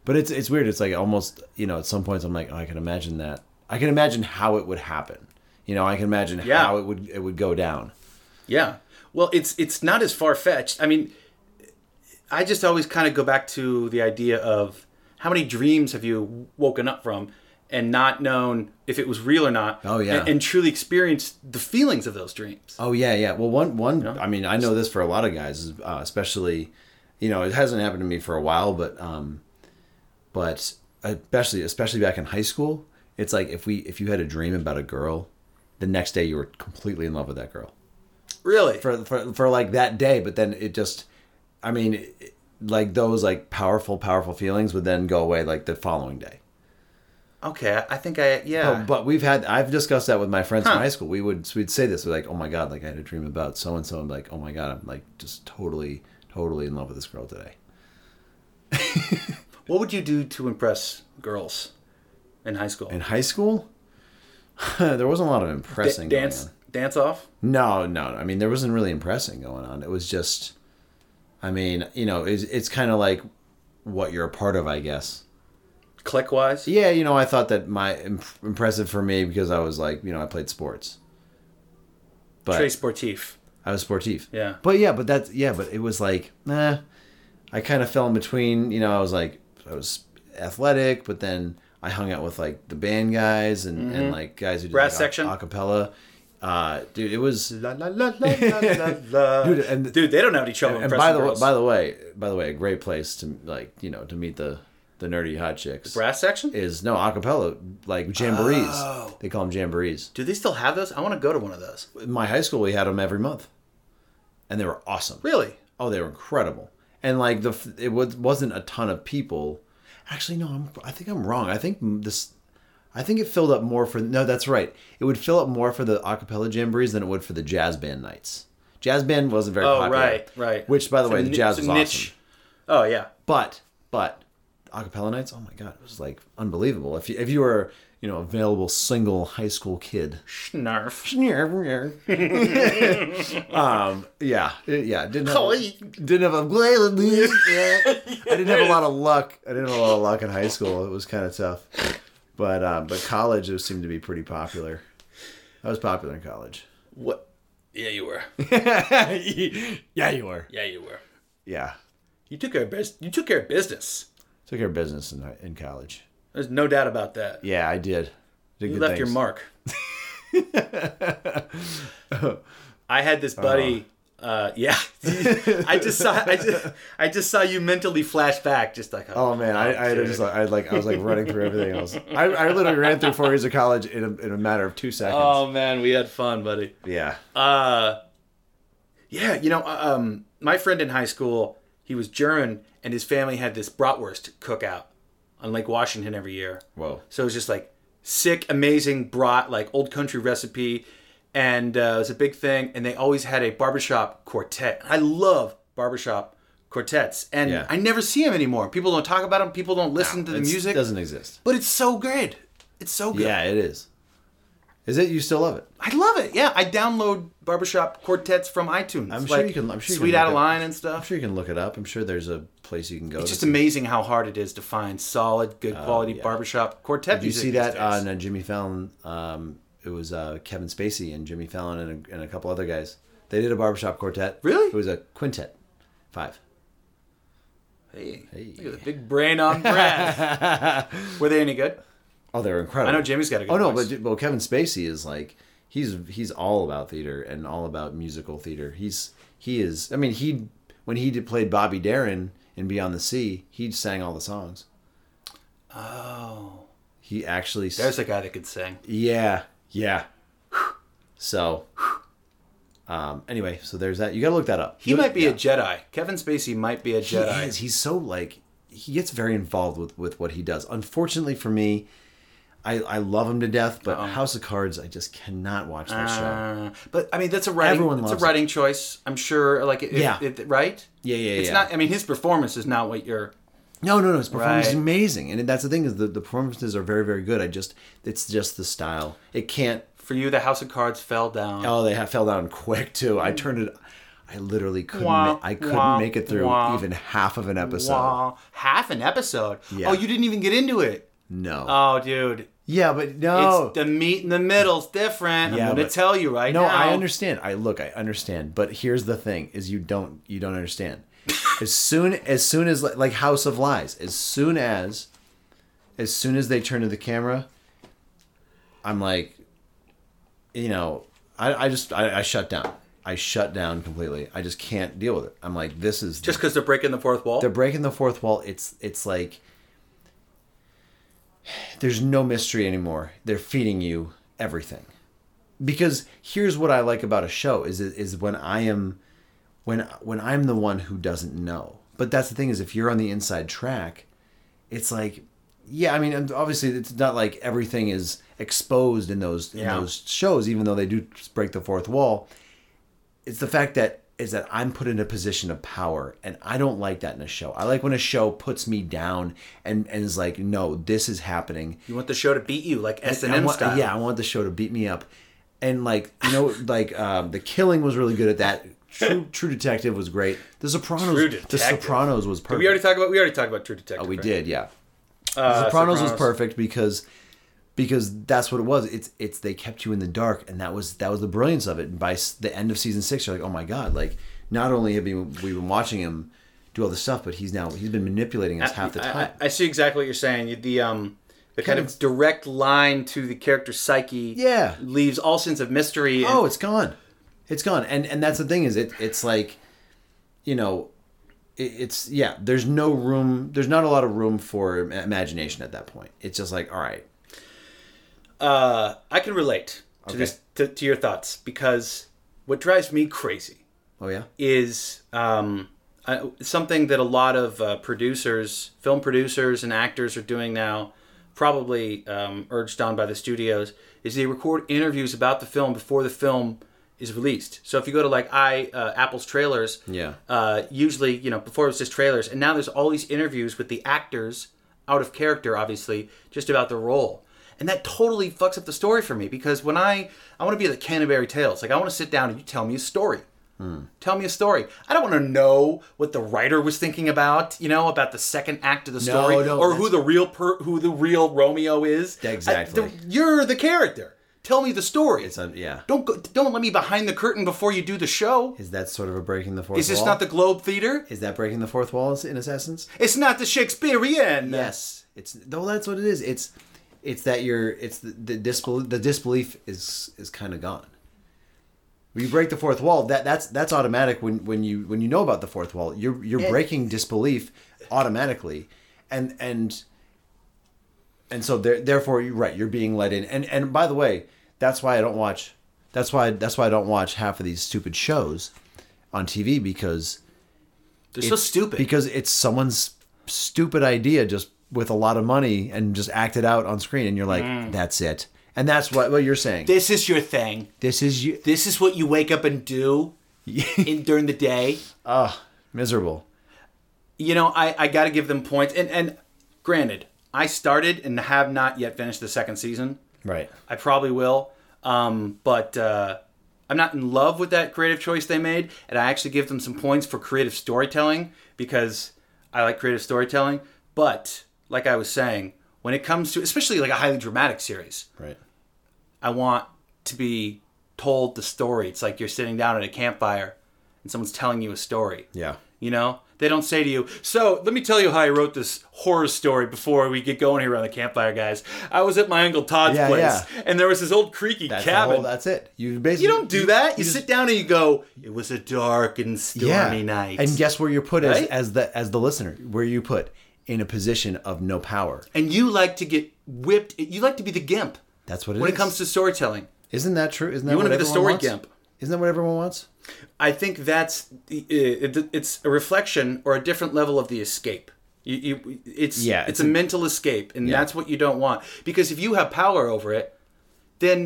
A: But it's it's weird. It's like almost you know at some points I'm like oh, I can imagine that. I can imagine how it would happen. You know I can imagine
B: Yeah.
A: how it would it would go down.
B: Yeah. Well, it's it's not as far fetched. I mean, I just always kind of go back to the idea of how many dreams have you woken up from and not known if it was real or not.
A: Oh, yeah.
B: And, and truly experienced the feelings of those dreams.
A: Oh yeah, yeah. Well, one one. I mean, I know this for a lot of guys, is, uh, especially, you know, it hasn't happened to me for a while, but um, but especially especially back in high school, it's like if we if you had a dream about a girl, the next day you were completely in love with that girl
B: Really?
A: for for, for like that day. But then it just, I mean, it- like those like powerful powerful feelings would then go away like the following day.
B: okay, I think I yeah.
A: Oh, but we've had I've discussed that with my friends
B: Huh.
A: from high school. We would we'd say this we're like, oh my god, like I had a dream about so and so. I'm like, oh my god, I'm like just totally totally in love with this girl today.
B: what would you do to impress girls in high school?
A: In high school, there wasn't a lot of
B: Da-
A: impressing. going
B: dance
A: on.
B: dance off?
A: No, no. I mean, there wasn't really impressing going on. It was just, I mean, you know, it's it's kind of like what you're a part of, I guess.
B: Click wise?
A: Yeah, you know, I thought that my imp- impressive for me because I was like, you know, I played sports. But
B: Trey Sportif.
A: I was sportif.
B: Yeah.
A: But yeah, but that's yeah, but it was like, nah. I kind of fell in between. You know, I was like, I was athletic, but then I hung out with like the band guys and, and like guys who did
B: Brass
A: like,
B: Mm-hmm. section?
A: a- acapella. Uh, dude, it was.
B: La, la, la, la, la, la.
A: Dude, and-
B: Dude, they don't have any trouble
A: And
B: impressing
A: by the
B: girls.
A: by the way, by the way, a great place to like you know to meet the the nerdy hot chicks
B: brass section?
A: is no acapella like jamborees.
B: Oh.
A: They call them jamborees.
B: Do they still have those? I want to go to one of those.
A: in my high school we had them every month and they were awesome
B: Really?
A: oh they were incredible and like the f- it was, wasn't a ton of people actually no I'm, i think i'm wrong i think m- this i think it filled up more for no that's right it would fill up more for the acapella jamborees than it would for the jazz band nights jazz band wasn't very
B: Oh,
A: popular
B: right, right.
A: which by the way the
B: Ni-
A: jazz
B: it's
A: was
B: a
A: awesome
B: Oh yeah.
A: but but acapella nights oh my god it was like unbelievable if you if you were you know available single high school kid
B: Schnarf.
A: um, yeah, it- yeah. Didn't have,
B: Golly.
A: didn't have a, I didn't have a lot of luck. I didn't have a lot of luck in high school. It was kind of tough, but um, but college it seemed to be pretty popular. I was popular in college.
B: What? Yeah, you were.
A: yeah, you were.
B: Yeah, you were.
A: Yeah,
B: You took care of bus- You took care of business.
A: took care of business in in college.
B: There's no doubt about that.
A: Yeah, I did. Did
B: You
A: good
B: left your
A: things.
B: mark. I had this buddy. Uh, yeah, I just saw. I just, I just saw you mentally flash back, just like
A: Oh man, I, I had
B: dude.
A: just like I like I was like running through everything else. I, I literally ran through four years of college in a, in a matter of two seconds.
B: Oh man, we had fun, buddy.
A: yeah.
B: Uh, yeah, you know, uh, um, my friend in high school, he was German, and his family had this bratwurst cookout on Lake Washington every year.
A: Whoa.
B: So it was just like sick, amazing brat, like old country recipe. And uh, it was a big thing. And they always had a barbershop quartet. I love barbershop quartets. And
A: Yeah.
B: I never see them anymore. People don't talk about them. People don't listen to the
A: It's-
B: music.
A: doesn't exist.
B: But it's so good. It's so good.
A: Yeah, it is. Is it? You still love it?
B: I love it. Yeah, I download barbershop quartets from iTunes.
A: I'm sure you can- I'm sure you can
B: Sweet
A: look
B: Out of
A: up-
B: Line and
A: I'm
B: stuff.
A: sure you can look it up. I'm sure there's a place you can go.
B: It's
A: to
B: just
A: see-
B: amazing how hard it is to find solid, good quality barbershop quartet
A: Did you
B: music.
A: see
B: these
A: that
B: days.
A: on uh, Jimmy Fallon? Um, it was uh, Kevin Spacey and Jimmy Fallon and a, and a couple other guys. They did a barbershop quartet.
B: Really?
A: It was a quintet, five.
B: Hey, look at the big brain on Brad. Were they any good?
A: Oh, they were
B: I
A: incredible.
B: know Jamie's got a good.
A: Oh no,
B: voice.
A: but well, Kevin Spacey is like he's he's all about theater and all about musical theater. He's he is. I mean, he when he did, played Bobby Darin in Beyond the Sea, he sang all the songs.
B: oh,
A: He actually s-
B: there's a guy that could sing.
A: Yeah, yeah. So, um. Anyway, so there's that. You gotta look that up.
B: He might be a Jedi. Kevin Spacey might be a
A: he
B: Jedi.
A: is. He's so like he gets very involved with with what he does. Unfortunately for me, I I love him to death, but House of Cards, I just cannot watch that show.
B: Oh. Uh, but I mean, that's a writing.
A: Everyone
B: it's a
A: loves it.
B: writing choice. I'm sure. Like, if,
A: Yeah.
B: if- right?
A: Yeah, yeah,
B: It's
A: yeah.
B: not. I mean, his performance is not what you're.
A: No, no, no. His performance is
B: Right.
A: amazing, and that's the thing is the the performances are very very good. I just it's just the style. It can't
B: For you, the House of Cards fell down.
A: Oh, they ha- fell down quick too. I turned it. I literally couldn't.
B: Wah,
A: ma- I couldn't
B: wah,
A: make it through
B: wah.
A: even half of an episode.
B: Wow. Half an episode.
A: Yeah.
B: Oh, you didn't even get into it.
A: No.
B: Oh, dude.
A: yeah, but
B: It's
A: no.
B: the meat in the middle's different.
A: Oh. Yeah,
B: I'm gonna
A: but-
B: tell you right
A: no,
B: now.
A: I understand. I look, I understand. But here's the thing: is you don't you don't understand. as soon as soon as like, like House of Lies, as soon as as soon as they turn to the camera, I'm like, you know, I I just I, I shut down. I shut down completely. I just can't deal with it. I'm like, this is
B: Just because they're breaking the fourth wall.
A: they're breaking the fourth wall it's it's like there's no mystery anymore they're feeding you everything because here's what I like about a show is is when I am when when I'm the one who doesn't know. But that's the thing is if you're on the inside track, it's like yeah, I mean and obviously it's not like everything is exposed in those
B: Yeah.
A: in those shows even though they do break the fourth wall. It's the fact that is that I'm put in a position of power and I don't like that in a show. I like when a show puts me down and and is like no, this is happening
B: You want the show to beat you like S and
A: I
B: M
A: want-
B: style.
A: Yeah, I want the show to beat me up. And like you know, like um, the Killing was really good at that. True, True Detective was great. The Sopranos,
B: True
A: The
B: Detective.
A: Sopranos was perfect.
B: We already talked about we already talked about True Detective.
A: Oh, we
B: right?
A: did, yeah.
B: Uh,
A: Sopranos, was perfect because because that's what it was. It's it's they kept you in the dark, and that was that was the brilliance of it. And by s- the end of season six, you're like, oh my god! Like not only have we we've been watching him do all this stuff, but he's now he's been manipulating us half the
B: I-
A: time.
B: I, I see exactly what you're saying. The um, the kind, of, direct line to the character's psyche.
A: Yeah.
B: leaves all sense of mystery. and-
A: oh it's gone it's gone and and that's the thing is it it's like you know it, it's yeah there's no room there's not a lot of room for im- imagination at that point it's just like all right
B: uh, I can relate to
A: Okay.
B: this to, to your thoughts because what drives me crazy
A: oh yeah
B: is um, uh, something that a lot of uh, producers, film producers, and actors are doing now, probably um, urged on by the studios, is they record interviews about the film before the film is released. So if you go to like i uh, Apple's trailers,
A: Yeah.
B: uh, usually you know before it was just trailers, and now there's all these interviews with the actors out of character, obviously, just about the role. And that totally fucks up the story for me because when I I want to be the Canterbury Tales, like I want to sit down and you tell me a story. Tell me a story. I don't want to know what the writer was thinking about, you know, about the second act of the story,
A: no,
B: or who
A: that's-
B: the real per, who the real Romeo is. I-
A: Exactly.
B: the- you're the character. Tell me the story.
A: it's a, yeah
B: don't go, don't let me behind the curtain before you do the show.
A: is that sort of a breaking the fourth
B: Is this
A: wall
B: not the Globe Theater?
A: is that breaking the fourth wall in essence
B: It's not the Shakespearean.
A: yes it's no that's what it is it's it's that you're it's the, the disbelief the disbelief is is kind of gone when you break the fourth wall that that's that's automatic when when you when you know about the fourth wall you're you're breaking disbelief automatically and and and so there, therefore you're right you're being let in and and by the way that's why i don't watch that's why that's why i don't watch half of these stupid shows on tv because
B: They're so
A: it's-
B: stupid.
A: because it's someone's stupid idea just with a lot of money and just acted out on screen and you're like
B: Mm.
A: that's it and that's what, what you're saying
B: this is your thing.
A: this is you
B: This is what you wake up and do in during the day. Ah.
A: miserable
B: you know, I, I got to give them points. And and granted, I started and have not yet finished the second season.
A: right
B: I probably will. Um, but uh, I'm not in love with that creative choice they made, and I actually give them some points for creative storytelling because I like creative storytelling. But like I was saying, when it comes to especially like a highly dramatic series,
A: right
B: I want to be told the story. It's like you're sitting down at a campfire and someone's telling you a story.
A: yeah
B: You know, they don't say to you, so let me tell you how I wrote this horror story before we get going here around the campfire, guys. I was at my Uncle Todd's
A: Yeah,
B: place,
A: yeah.
B: and there was this old creaky
A: that's, the
B: cabin.
A: whole, that's it you basically
B: you don't do that. You, sit down and you go, it was a dark and stormy night.
A: and guess where you're put
B: Right?
A: as, as the as the listener where you put in a position of no power
B: and you like to get whipped. You like to be the gimp
A: that's what it
B: when it comes to storytelling.
A: isn't that true isn't that
B: wanna
A: what
B: be the
A: everyone
B: story
A: wants?
B: gimp.
A: isn't that what everyone wants
B: I think that's it- it's a reflection or a different level of the escape. You, you, it's
A: Yeah,
B: it's,
A: it's
B: a,
A: a-
B: mental escape, and that's what you don't want because if you have power over it, then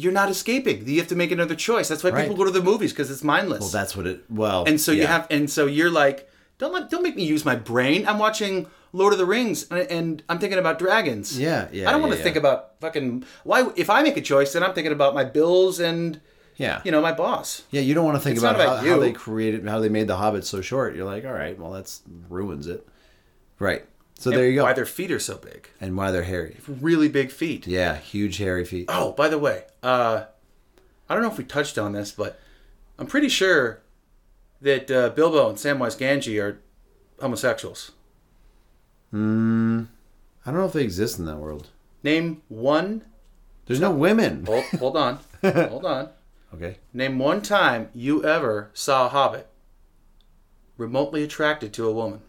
B: you're not escaping. You have to make another choice. That's why
A: Right.
B: people go to the movies because it's mindless.
A: that's what it well
B: and so you
A: yeah.
B: have, and so you're like, don't let, don't make me use my brain. I'm watching Lord of the Rings, and, and I'm thinking about dragons.
A: Yeah, yeah,
B: I don't want to
A: yeah, yeah.
B: think about fucking why. If I make a choice, then I'm thinking about my bills and
A: yeah
B: you know my boss.
A: Yeah, you don't want to think
B: It's
A: about,
B: not about
A: how, how
B: you.
A: they created, how they made the Hobbit so short. You're like, all right, well, that's ruins it, right? So there you go.
B: Why their feet are so big.
A: and why they're hairy?
B: really big feet.
A: Yeah, huge hairy feet.
B: Oh, by the way, uh, I don't know if we touched on this, but I'm pretty sure that uh, Bilbo and Samwise Ganji are homosexuals.
A: I don't know if they exist in that world.
B: Name one.
A: There's no women.
B: Hold, hold on. hold on.
A: Okay.
B: Name one time you ever saw a hobbit remotely attracted to a woman.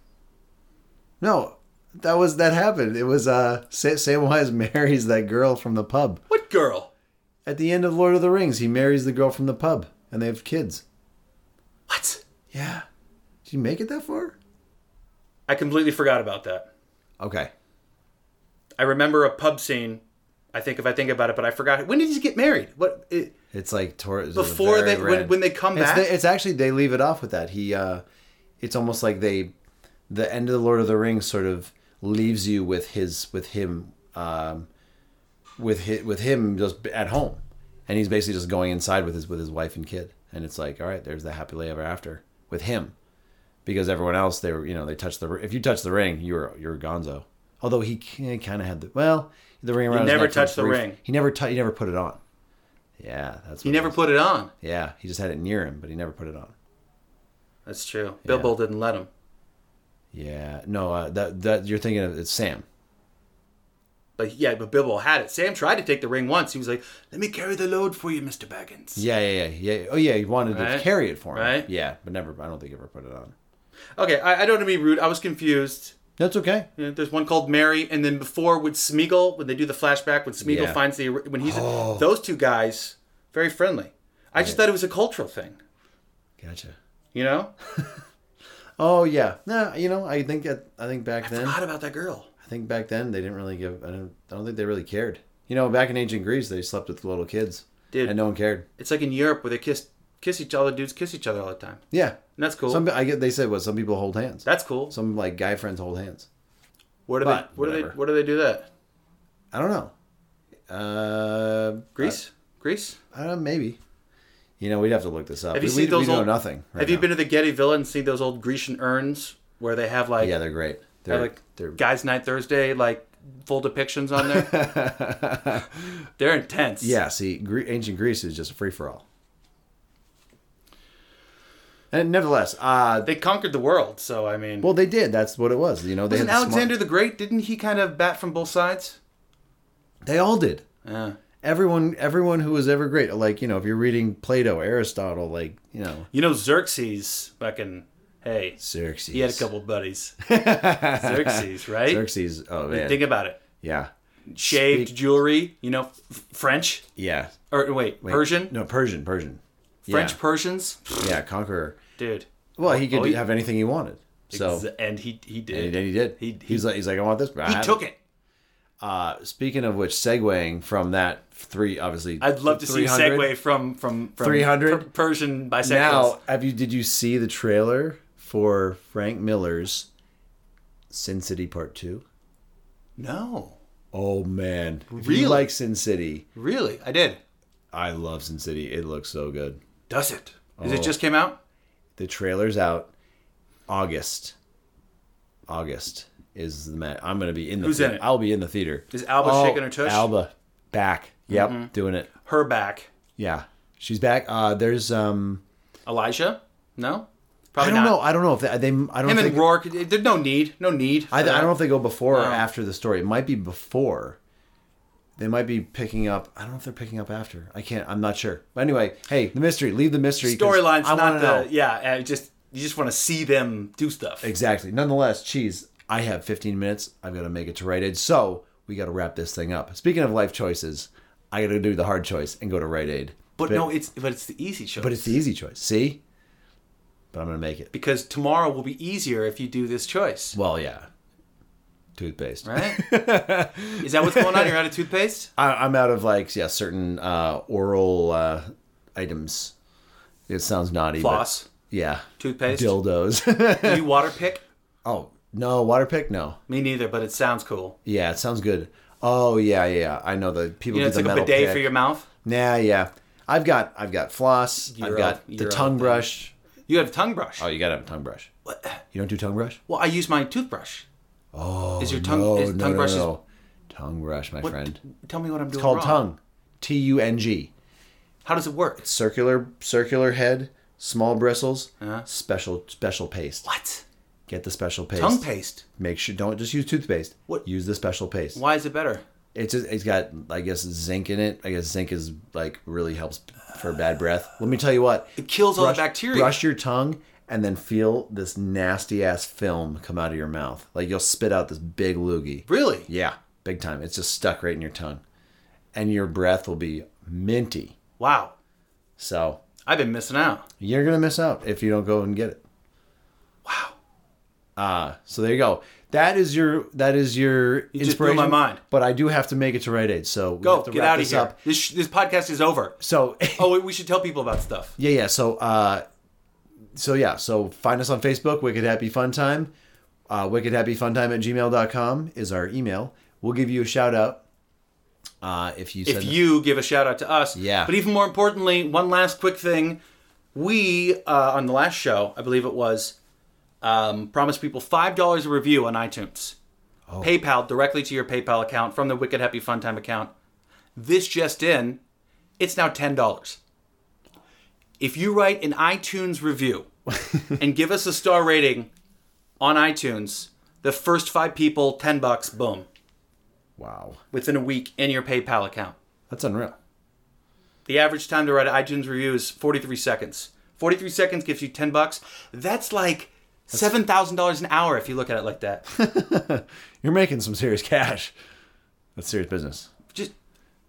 A: No, that was that happened. It was uh, Sa- Samwise marries that girl from the pub.
B: What girl?
A: At the end of Lord of the Rings, he marries the girl from the pub, and they have kids.
B: What?
A: Yeah. Did you make it that far?
B: I completely forgot about that.
A: Okay.
B: I remember a pub scene. I think if I think about it, but I forgot. When did he get married? What? It,
A: It's like towards
B: Before
A: very
B: they- when-
A: red-
B: when they come
A: it's
B: back?
A: the- it's actually they leave it off with that. He, uh it's almost like they, the end of the Lord of the Rings sort of leaves you with his with him, um, with his, with him just at home, and he's basically just going inside with his with his wife and kid, and it's like all right, there's the happily ever after with him, because everyone else they were you know they touched the if you touch the ring you're you're Gonzo. Although he kind of had the well the ring around. his
B: never
A: neck till
B: touched the
A: brief-
B: ring.
A: He never tou- he never put it on. Yeah, that's
B: he never put it on.
A: yeah, he just had it near him, but he never put it on.
B: That's true. Bilbo didn't let him.
A: Yeah, no, uh, that that you're thinking of it's Sam.
B: But yeah, but Bilbo had it. Sam tried to take the ring once. He was like, "Let me carry the load for you, Mister Baggins."
A: Yeah, yeah, yeah, yeah. Oh yeah, he wanted
B: Right?
A: to carry it for him.
B: Right?
A: Yeah, but never. I don't think he ever put it on.
B: Okay, I, I don't want to be rude. I was confused.
A: That's okay.
B: You know, There's one called Mary, and then before with Smeagol, when they do the flashback, when Smeagol
A: Yeah. Oh.
B: finds the when he's those two guys very friendly. I just thought it was a cultural thing.
A: Gotcha.
B: You know,
A: Oh yeah, no, you know, I think that I think back then,
B: forgot about that girl.
A: I think back then they didn't really give. I don't. I don't think they really cared. You know, back in ancient Greece, they slept with little kids,
B: Dude.
A: and no one cared.
B: It's like in Europe where they kiss kiss each other. Dudes kiss each other all the time.
A: Yeah,
B: And that's cool.
A: some I get. They said what some people hold hands.
B: that's cool.
A: Some like guy friends hold hands.
B: Where do
A: but
B: they where do they
A: whatever. Uh,
B: where do they do that?
A: I don't know. Uh,
B: Greece, Greece.
A: I don't know, maybe. You know, we'd have to look this up.
B: Have you
A: we,
B: seen
A: we-
B: those
A: we
B: old-
A: know nothing. right
B: have you
A: now.
B: been to the Getty Villa and seen those old Grecian urns where they have like
A: Yeah, they're great.
B: they
A: They're
B: have, like
A: they're
B: guys' night Thursday like full depictions on there? They're intense.
A: yeah. See, Gre- ancient Greece is just a free for all. And nevertheless, uh,
B: they conquered the world. So I mean,
A: well, they did. That's what it was. You know, they
B: wasn't
A: had the smart-
B: Alexander the Great? Didn't he kind of bat from both sides?
A: they all did.
B: Yeah.
A: Everyone, everyone who was ever great. Like you know, if you're reading Plato, Aristotle, like you know,
B: You know Xerxes, fucking hey,
A: Xerxes.
B: he had a couple buddies. Xerxes, right?
A: Xerxes. Oh man.
B: Think about it.
A: yeah.
B: Shaved jewelry, you know, f- French
A: Yeah.
B: or wait,
A: Wait,
B: Persian,
A: No, Persian. Persian.
B: French
A: Yeah.
B: Persians,
A: yeah. Conqueror.
B: dude.
A: Well, he could
B: Oh, yeah.
A: have anything he wanted. So
B: Ex- and he
A: And
B: he
A: he
B: did.
A: did. He did.
B: He-
A: he's like, he's like, I want this. But
B: He took it.
A: Uh, speaking of which, segueing from that three, obviously,
B: I'd love to see a
A: 300.
B: segue from from, from
A: 300?
B: per- Persian bisexuals.
A: Now, have you? Did you see the trailer for Frank Miller's Sin City Part Two?
B: no,
A: Oh man, if
B: Really?
A: you like Sin City?
B: really, I did.
A: I love Sin City. It looks so good.
B: Does it? Is
A: Oh.
B: it just came out?
A: The trailer's out. August. August is the man. I'm gonna be in the.
B: Who's
A: theater.
B: in it?
A: I'll be in the theater. Oh,
B: Is Alba shaking her tush? Mm-hmm.
A: Alba back. Yep, doing it.
B: Her back.
A: Yeah, she's back. Uh, there's um,
B: Elijah?
A: I
B: No, probably
A: don't
B: not.
A: know. I don't know if they. I- they I don't
B: Him
A: think.
B: and Rourke. eh, There's no need. No need.
A: I, I
B: for that.
A: don't know if they go before or
B: No.
A: after the story. It might be before. They might be picking up. I don't know if they're picking up after. I can't. I'm not sure. But anyway, hey, the mystery. Leave the mystery. 'cause
B: Storyline's
A: I wanna
B: not the. Yeah, I just you just want to see them do stuff.
A: exactly. Nonetheless, cheese. I have 15 minutes. I've got to make it to Rite Aid, so we got to wrap this thing up. Speaking of life choices, I got to do the hard choice and go to Rite Aid.
B: But no, it's but it's the easy choice.
A: but it's the easy choice. See, but I'm gonna make it.
B: because tomorrow will be easier if you do this choice,
A: Well, yeah, toothpaste.
B: right? Is that what's going on? You're out of toothpaste.
A: I, I'm out of like yeah certain uh, oral uh, items. It sounds naughty. but-
B: Floss,
A: yeah.
B: toothpaste.
A: Dildos.
B: Do you water pick?
A: oh no, water pick. No.
B: Me neither, but it sounds cool.
A: Yeah, it sounds good. Oh yeah, yeah. yeah. I know the people.
B: You
A: do
B: know, it's
A: the
B: like a
A: metal
B: bidet
A: pick.
B: for your mouth.
A: Nah, yeah. I've got I've got floss.
B: You're
A: I've got
B: out-
A: the
B: you're out
A: tongue
B: there.
A: brush.
B: You have a tongue brush.
A: Oh, you gotta have a tongue brush.
B: What?
A: You don't do tongue brush?
B: Well, I use my toothbrush.
A: Oh,
B: Is your tongue-
A: no,
B: is
A: no,
B: tongue
A: no,
B: brush is-
A: no. tongue brush, my
B: What?
A: friend.
B: Tell me what I'm doing.
A: Called
B: wrong.
A: tongue. T U N G.
B: How does it work?
A: Circular circular head, small bristles,
B: Uh-huh.
A: special special paste.
B: What?
A: Get the special paste.
B: Tongue paste.
A: Make sure don't just use toothpaste.
B: What-
A: Use the special paste.
B: Why is it better?
A: It's just, it's got I guess zinc in it. I guess zinc is like really helps for bad breath. Let me tell you what.
B: It kills all the bacteria.
A: Brush your tongue and then feel this nasty ass film come out of your mouth. Like you'll spit out this big loogie.
B: Really?
A: Yeah, big time. It's just stuck right in your tongue, and your breath will be minty.
B: Wow.
A: So
B: I've been missing out.
A: you're gonna miss out if you don't go and get it.
B: Wow.
A: Uh, so there you go. That is your that is your
B: You just blew
A: inspiration.
B: my mind.
A: But I do have to make it to Rite Aid, so we
B: Go,
A: have to
B: Oh, get
A: wrap
B: out of
A: this
B: here.
A: up.
B: This, sh- this podcast is over.
A: So
B: Oh, wait, we should tell people about stuff.
A: yeah, yeah. So uh, so yeah. So find us on Facebook, Wicked Happy Fun Time. Uh, Wicked Happy Fun Time at gmail.com is our email. We'll give you a shout out uh, if you send.
B: If you give a shout out to us.
A: Yeah.
B: But even more importantly, one last quick thing. We, uh, on the last show, I believe it was, um, promised people $5 a review on iTunes. PayPal directly to your PayPal account from the Wicked Happy Fun Time account. This just in, it's now $10. If you write an iTunes review and give us a star rating on iTunes, the first five people, 10 bucks, boom,
A: wow,
B: within a week in your PayPal account.
A: that's unreal.
B: The average time to write an iTunes review is 43 seconds. 43 seconds gives you 10 bucks. That's like $7,000 an hour if you look at it like that.
A: You're making some serious cash. That's serious business.
B: Just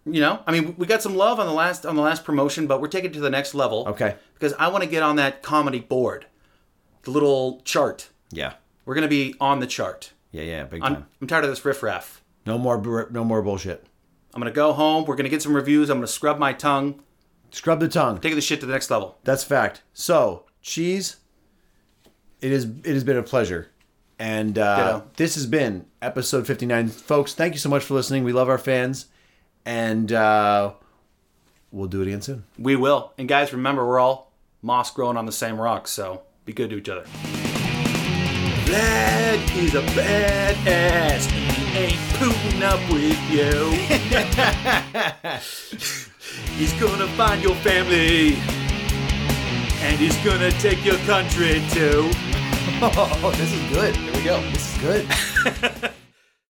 B: you know, I mean, we got some love on the last on the last promotion, but we're taking it to the next level.
A: Okay.
B: Because I want to get on that comedy board. The little chart.
A: Yeah,
B: We're going to be on the chart.
A: yeah, yeah. Big
B: I'm,
A: time.
B: I'm tired of this riffraff.
A: No more, br- no more bullshit.
B: I'm going to go home, we're going to get some reviews, I'm going to scrub my tongue,
A: Scrub the tongue.
B: take the shit to the next level.
A: That's fact. So cheese. It is. It has been a pleasure, and uh,
B: Ditto.
A: this has been episode fifty nine, folks. Thank you so much for listening. We love our fans, and uh, we'll do it again soon.
B: We will. And guys, remember we're all moss growing on the same rock, so be good to each other. That is a bad ass. He ain't putting up with you. he's gonna find your family. And he's gonna take your country too.
A: Oh, this is good. Here we go. This is good.